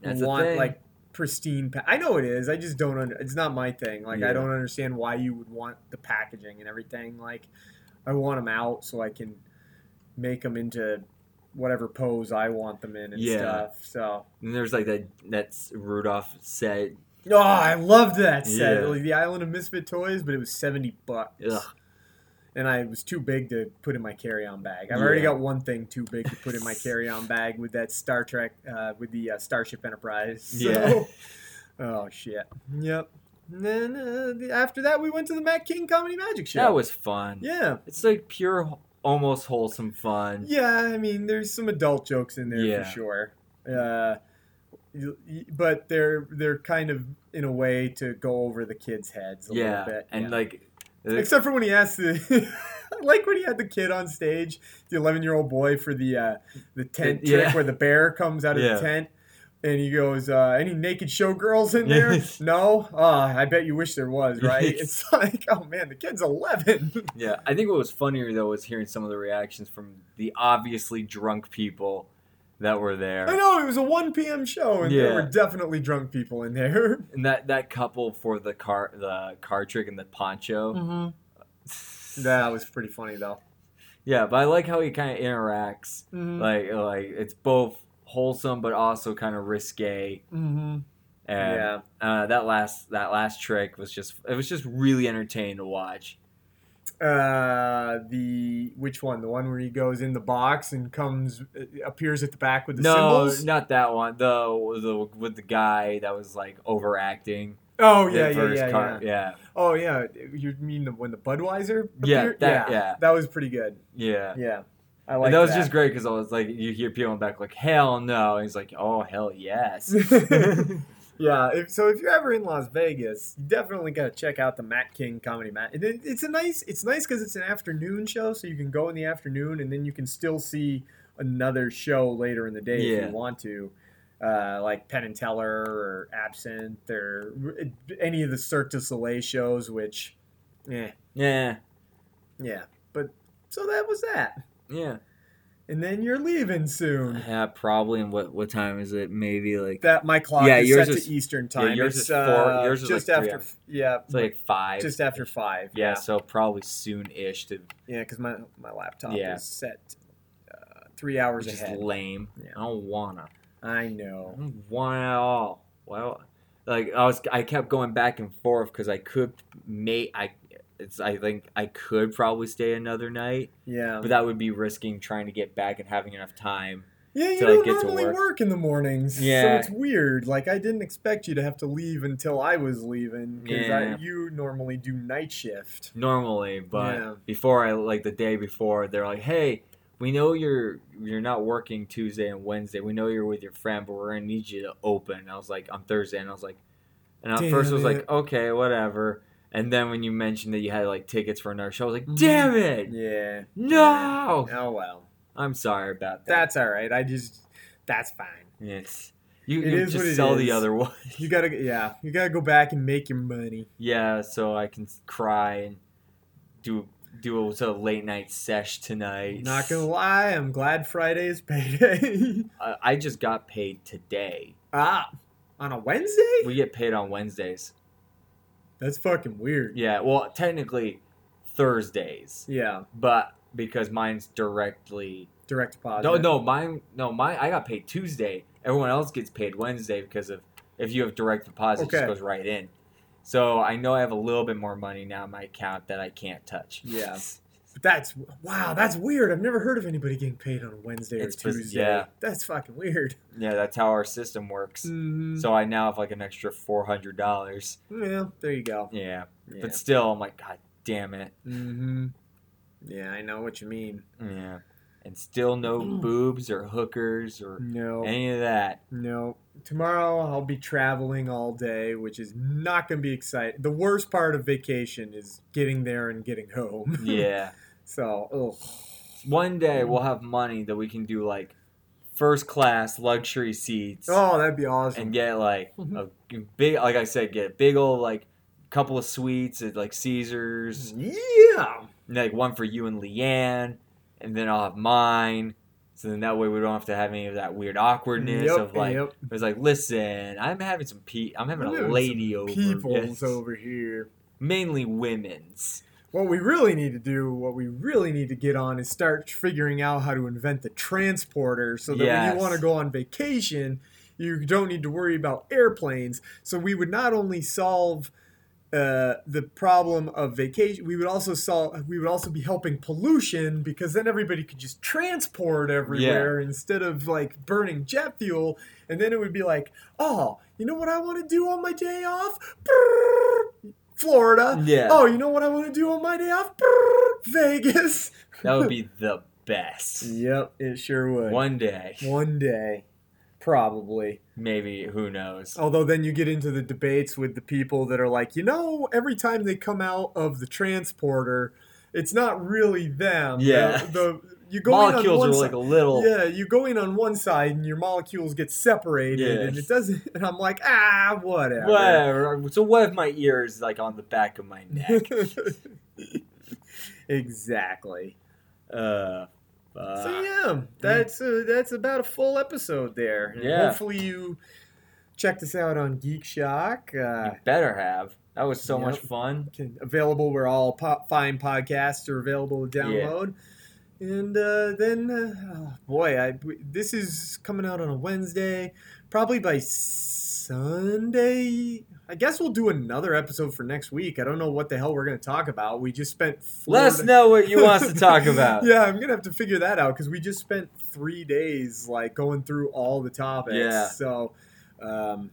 D: who
E: That's the
D: want
E: thing.
D: like pristine. Pa- I know it is. I just don't. Under- it's not my thing. Like I
E: Yeah.
D: don't understand why you would want the packaging and everything. Like I want them out so I can make them into whatever pose I want them in and
E: Yeah.
D: stuff. So
E: And there's like that that's Rudolph set.
D: oh, I loved that set.
E: Yeah.
D: Like, the Island of Misfit Toys, but it was seventy bucks.
E: Ugh.
D: and I was too big to put in my carry-on bag. I've already
E: Yeah.
D: got one thing too big to put in my carry-on bag with that Star Trek, uh, with the uh, Starship Enterprise. So-
E: Yeah.
D: Oh shit. Yep. And then uh, the- after that, we went to the Matt King Comedy Magic Show.
E: That was fun.
D: yeah.
E: It's like pure, almost wholesome fun.
D: Yeah, I mean, there's some adult jokes in there
E: Yeah.
D: for sure. Uh, y- y- but they're they're kind of in a way to go over the kids' heads a
E: Yeah,
D: little bit.
E: and
D: Yeah.
E: like,
D: Except for when he asked the, I like when he had the kid on stage, the eleven-year-old boy for the uh, the tent
E: Yeah.
D: trick where the bear comes out of
E: Yeah.
D: the tent, and he goes, uh, "Any naked showgirls in there? no? Ah, I bet you wish there was, right? it's like, oh man, the kid's eleven.
E: yeah, I think what was funnier though was hearing some of the reactions from the obviously drunk people that were there,
D: I know it was a one p.m. show, and there
E: Yeah.
D: were definitely drunk people in there.
E: and that that couple for the car the car trick and the poncho.
D: that was pretty funny though.
E: Yeah, but I like how he kind of interacts. Like like it's both wholesome but also kind of risque.
D: Mm-hmm.
E: And
D: Yeah.
E: uh, that last that last trick was just it was just really entertaining to watch.
D: Uh, the which one? The one where he goes in the box and comes uh, appears at the back with the
E: no,
D: symbols.
E: not that one. The, the with the guy that was like overacting.
D: Oh yeah,
E: the
D: yeah,
E: first
D: yeah,
E: car-
D: yeah.
E: yeah,
D: Oh yeah, you mean the, when the Budweiser?
E: Yeah,
D: appeared?
E: that-
D: yeah,
E: yeah.
D: that was pretty good.
E: yeah.
D: Yeah, I
E: And
D: like
E: that was just great because I was like, you hear people in the back like, "Hell no!" And he's like, "Oh hell yes!"
D: yeah. If, so if you're ever in Las Vegas, you definitely gotta check out the Matt King comedy. Matt, it, it- it's a nice, it's nice because it's an afternoon show, so you can go in the afternoon and then you can still see another show later in the day if
E: Yeah.
D: you want to. Uh, like Penn and Teller or Absinthe or r- any of the Cirque du Soleil shows, which, yeah,
E: yeah,
D: yeah. But so that was that.
E: yeah,
D: And then you're leaving soon.
E: yeah. Probably. And what what time is it? Maybe like
D: That my clock
E: Yeah,
D: is
E: yours
D: set
E: is-
D: to Eastern time.
E: yours
D: It's,
E: is four-
D: uh,
E: yours is
D: just
E: like three
D: after.
E: hours.
D: Yeah,
E: it's like five.
D: just after five.
E: yeah, so probably soon-ish to
D: yeah, because my my laptop
E: Yeah.
D: is set uh, three hours
E: which is
D: ahead.
E: lame.
D: Yeah.
E: I don't wanna.
D: I
E: I
D: know.
E: don't want at all. Well, like I was, I kept going back and forth because I could mate. I, it's. I think I could probably stay another night,
D: Yeah,
E: but that would be risking trying to get back and having enough time.
D: yeah. You
E: till I
D: don't
E: get to
D: normally work.
E: work.
D: in the mornings,
E: Yeah.
D: so it's weird. Like I didn't expect you to have to leave until I was leaving because
E: Yeah.
D: you normally do night shift.
E: normally, but
D: Yeah.
E: before I like the day before, they're like, "Hey, we know you're you're not working Tuesday and Wednesday. We know you're with your friend, but we're gonna need you to open." And I was like, "On Thursday," and I was like, and I
D: Damn
E: first was
D: it.
E: like, "Okay, whatever." And then when you mentioned that you had like tickets for another show, I was like, "Damn it,
D: Mm-hmm. Yeah.
E: no!"
D: Oh well,
E: I'm sorry about that.
D: that's all right. I just that's fine.
E: It's you,
D: It
E: you
D: is what it
E: just sell the
D: is.
E: other one.
D: You gotta yeah. You gotta go back and make your money.
E: yeah, so I can cry and do do a, a late night sesh tonight.
D: Not gonna lie, I'm glad Friday is payday.
E: I I just got paid today.
D: ah, on a Wednesday?
E: We get paid on Wednesdays.
D: That's fucking weird.
E: Yeah, well, technically Thursdays,
D: Yeah,
E: but because mine's directly
D: direct deposit.
E: no, no, mine, no, mine. I got paid Tuesday. Everyone else gets paid Wednesday because of if you have direct deposit, it
D: Okay.
E: just goes right in. So I know I have a little bit more money now in my account that I can't touch.
D: Yeah. But that's wow. That's weird. I've never heard of anybody getting paid on a Wednesday
E: It's
D: or
E: bus-
D: Tuesday.
E: yeah.
D: that's fucking weird.
E: yeah, that's how our system works.
D: Mm-hmm.
E: So I now have like an extra four hundred dollars.
D: yeah, there you go.
E: Yeah,
D: Yeah.
E: but still, I'm like, God damn it.
D: hmm Yeah, I know what you mean.
E: Yeah. And still no
D: Mm.
E: boobs or hookers or
D: No,
E: any of that.
D: no. Tomorrow I'll be traveling all day, which is not gonna be exciting. The worst part of vacation is getting there and getting home.
E: Yeah.
D: So, ugh.
E: One day
D: Mm.
E: we'll have money that we can do like first class luxury seats
D: oh, that'd be awesome.
E: and get like a big, like I said, get a big old like couple of suites at like Caesars,
D: Mm. yeah,
E: and, like one for you and Leanne, and then I'll have mine. So then that way we don't have to have any of that weird awkwardness
D: Yep,
E: of like
D: yep.
E: it was like listen I'm having some pe I'm having
D: I'm
E: a
D: having
E: lady over
D: people's
E: yes.
D: over here.
E: mainly women's
D: What we really need to do, what we really need to get on, is start figuring out how to invent the transporter, so that when
E: Yes.
D: you want to go on vacation, you don't need to worry about airplanes. So we would not only solve uh, the problem of vacation, we would also solve. We would also be helping pollution because then everybody could just transport everywhere instead of like burning jet fuel. And then it would be like, oh, you know what I want to do on my day off? Brrr, Florida.
E: Yeah.
D: Oh, you know what I want to do on my day off? Brrr, Vegas.
E: that would be the best
D: Yep, it sure would.
E: one day
D: One day, probably.
E: maybe who knows
D: Although then you get into the debates with the people that are like, you know, every time they come out of the transporter, it's not really them. The-
E: Yeah.
D: The, you go
E: molecules
D: in on
E: are
D: one
E: like
D: si-
E: a little
D: yeah, you go in on one side and your molecules get separated, and
E: Yes.
D: it doesn't. And I'm like, ah, whatever.
E: whatever. So what if my ear is like on the back of my neck?
D: exactly.
E: uh, uh,
D: so yeah, that's uh, that's about a full episode there. And
E: Yeah.
D: Hopefully you checked us out on Geek Shock. Uh,
E: you better have. That was so much
D: Yep.
E: fun.
D: can, available where all po- fine podcasts are available to download. And uh, then, uh, oh, boy, I, we- this is coming out on a Wednesday. Probably by Sunday, I guess we'll do another episode for next week. I don't know what the hell we're going to talk about. We just spent. Four
E: Let us know what you want us to talk about.
D: yeah, I'm gonna have to figure that out because we just spent three days like going through all the topics.
E: Yeah.
D: So, um,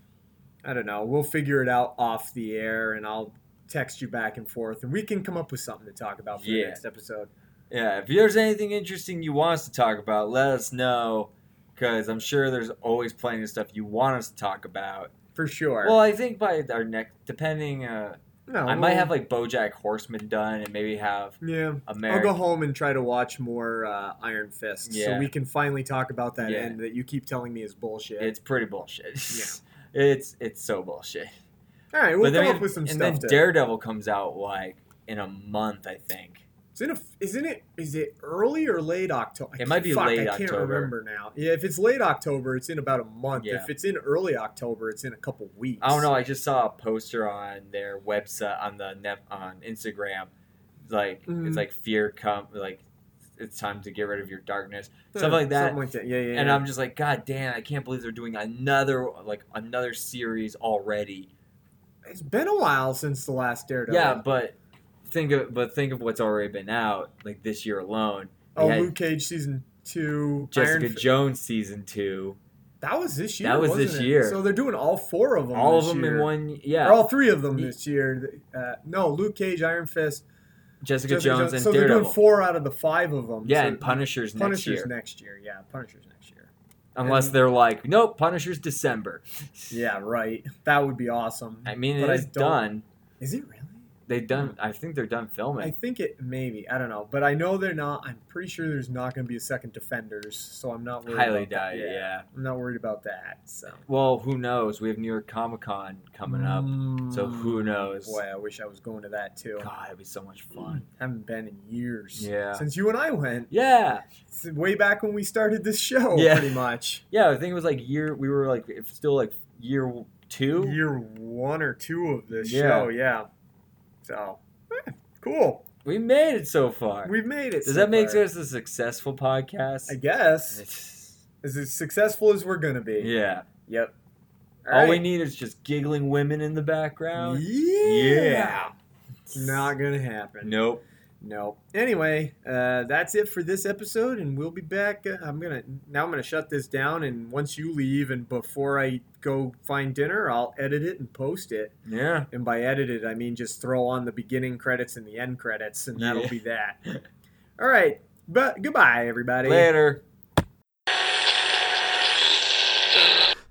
D: I don't know. We'll figure it out off the air, and I'll text you back and forth, and we can come up with something to talk about for
E: Yeah.
D: the next episode.
E: Yeah, if there's anything interesting you want us to talk about, let us know. Because I'm sure there's always plenty of stuff you want us to talk about.
D: For sure.
E: Well, I think by our next, depending, uh,
D: no,
E: I might have like BoJack Horseman done, and maybe have
D: Yeah,
E: American.
D: I'll go home and try to watch more uh, Iron Fist, so
E: Yeah.
D: we can finally talk about that
E: Yeah.
D: end that you keep telling me is bullshit.
E: It's pretty bullshit.
D: Yeah.
E: it's it's so bullshit.
D: All right, we'll
E: But then
D: come
E: we
D: up
E: have-
D: with some
E: and
D: stuff.
E: then
D: to-
E: Daredevil comes out like in a month, I think.
D: It's in a, isn't it? Is it early or late October?
E: It might be
D: fuck,
E: late
D: I can't
E: October.
D: remember now. Yeah, if it's late October, it's in about a month.
E: Yeah.
D: If it's in early October, it's in a couple weeks.
E: I don't know. I just saw a poster on their website on the net on Instagram. Like
D: Mhm.
E: it's like fear come like it's time to get rid of your darkness, stuff like that.
D: Uh, Something like that. Yeah, yeah.
E: and
D: yeah.
E: I'm just like, God damn! I can't believe they're doing another like another series already.
D: It's been a while since the last Daredevil.
E: Yeah, but think of but think of what's already been out like this year alone. We
D: Oh,
E: had
D: Luke Cage season two.
E: Jessica
D: Iron Fi-
E: Jones season two,
D: That was this year.
E: That was
D: wasn't
E: this
D: it?
E: year.
D: So they're doing all four of them.
E: all of
D: this
E: them in
D: year.
E: one. Yeah,
D: Or all three of them
E: Ye-
D: this year. Uh, no, Luke Cage, Iron Fist,
E: Jessica,
D: Jessica
E: Jones, and
D: So
E: Daredevil.
D: they're doing four out of the five of them.
E: yeah,
D: So
E: and Punisher's,
D: Punisher's next
E: next year,
D: year. Yeah, Punisher's next year.
E: unless
D: and-
E: they're like, nope, Punisher's December.
D: Yeah, right. That would be awesome.
E: I mean,
D: But I
E: it's
D: don't-
E: done.
D: Is it really?
E: They've done. I think they're done
D: I
E: filming.
D: think it maybe. I don't know, but I know they're not. I'm pretty sure there's not going to be a second Defenders, so I'm not worried.
E: Highly
D: about that.
E: doubt it. Yeah.
D: I'm not worried about that. So
E: Well, who knows? We have New York Comic Con coming up, so who
D: Mm,
E: knows?
D: Boy, I wish I was going to that too.
E: God, it'd be so much fun.
D: Haven't been in years.
E: Yeah.
D: Since you and I went,
E: Yeah,
D: It's way back when we started this show,
E: Yeah.
D: pretty much.
E: yeah. I think it was like year. We were like if still like year two.
D: Year one or two of this
E: Yeah.
D: show, yeah. So, eh, cool.
E: We made it so far.
D: We've made it. so
E: Does that make
D: far.
E: us a successful podcast?
D: I guess.
E: It's-
D: as as successful as we're gonna be.
E: Yeah.
D: Yep.
E: All we need is just giggling women in the background.
D: Yeah. It's not gonna happen.
E: Nope.
D: Nope. Anyway, uh, that's it for this episode, and we'll be back. Uh, I'm gonna now. I'm gonna shut this down, and once you leave, and before I go find dinner, I'll edit it and post it.
E: Yeah.
D: And by edit it, I mean just throw on the beginning credits and the end credits, and that'll
E: Yeah.
D: be that. All right. But goodbye, everybody.
E: Later.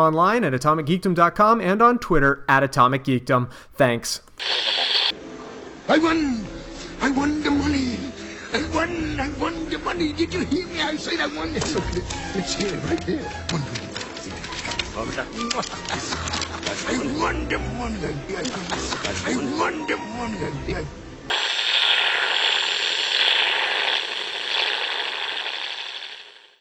D: online at atomicgeekdom.com and on Twitter at atomicgeekdom. Thanks.
C: I won! I won the money! I won! I won the money! Did you hear me? I said I won it! Look, it's here, right here. One minute. I won the money! I won the money! I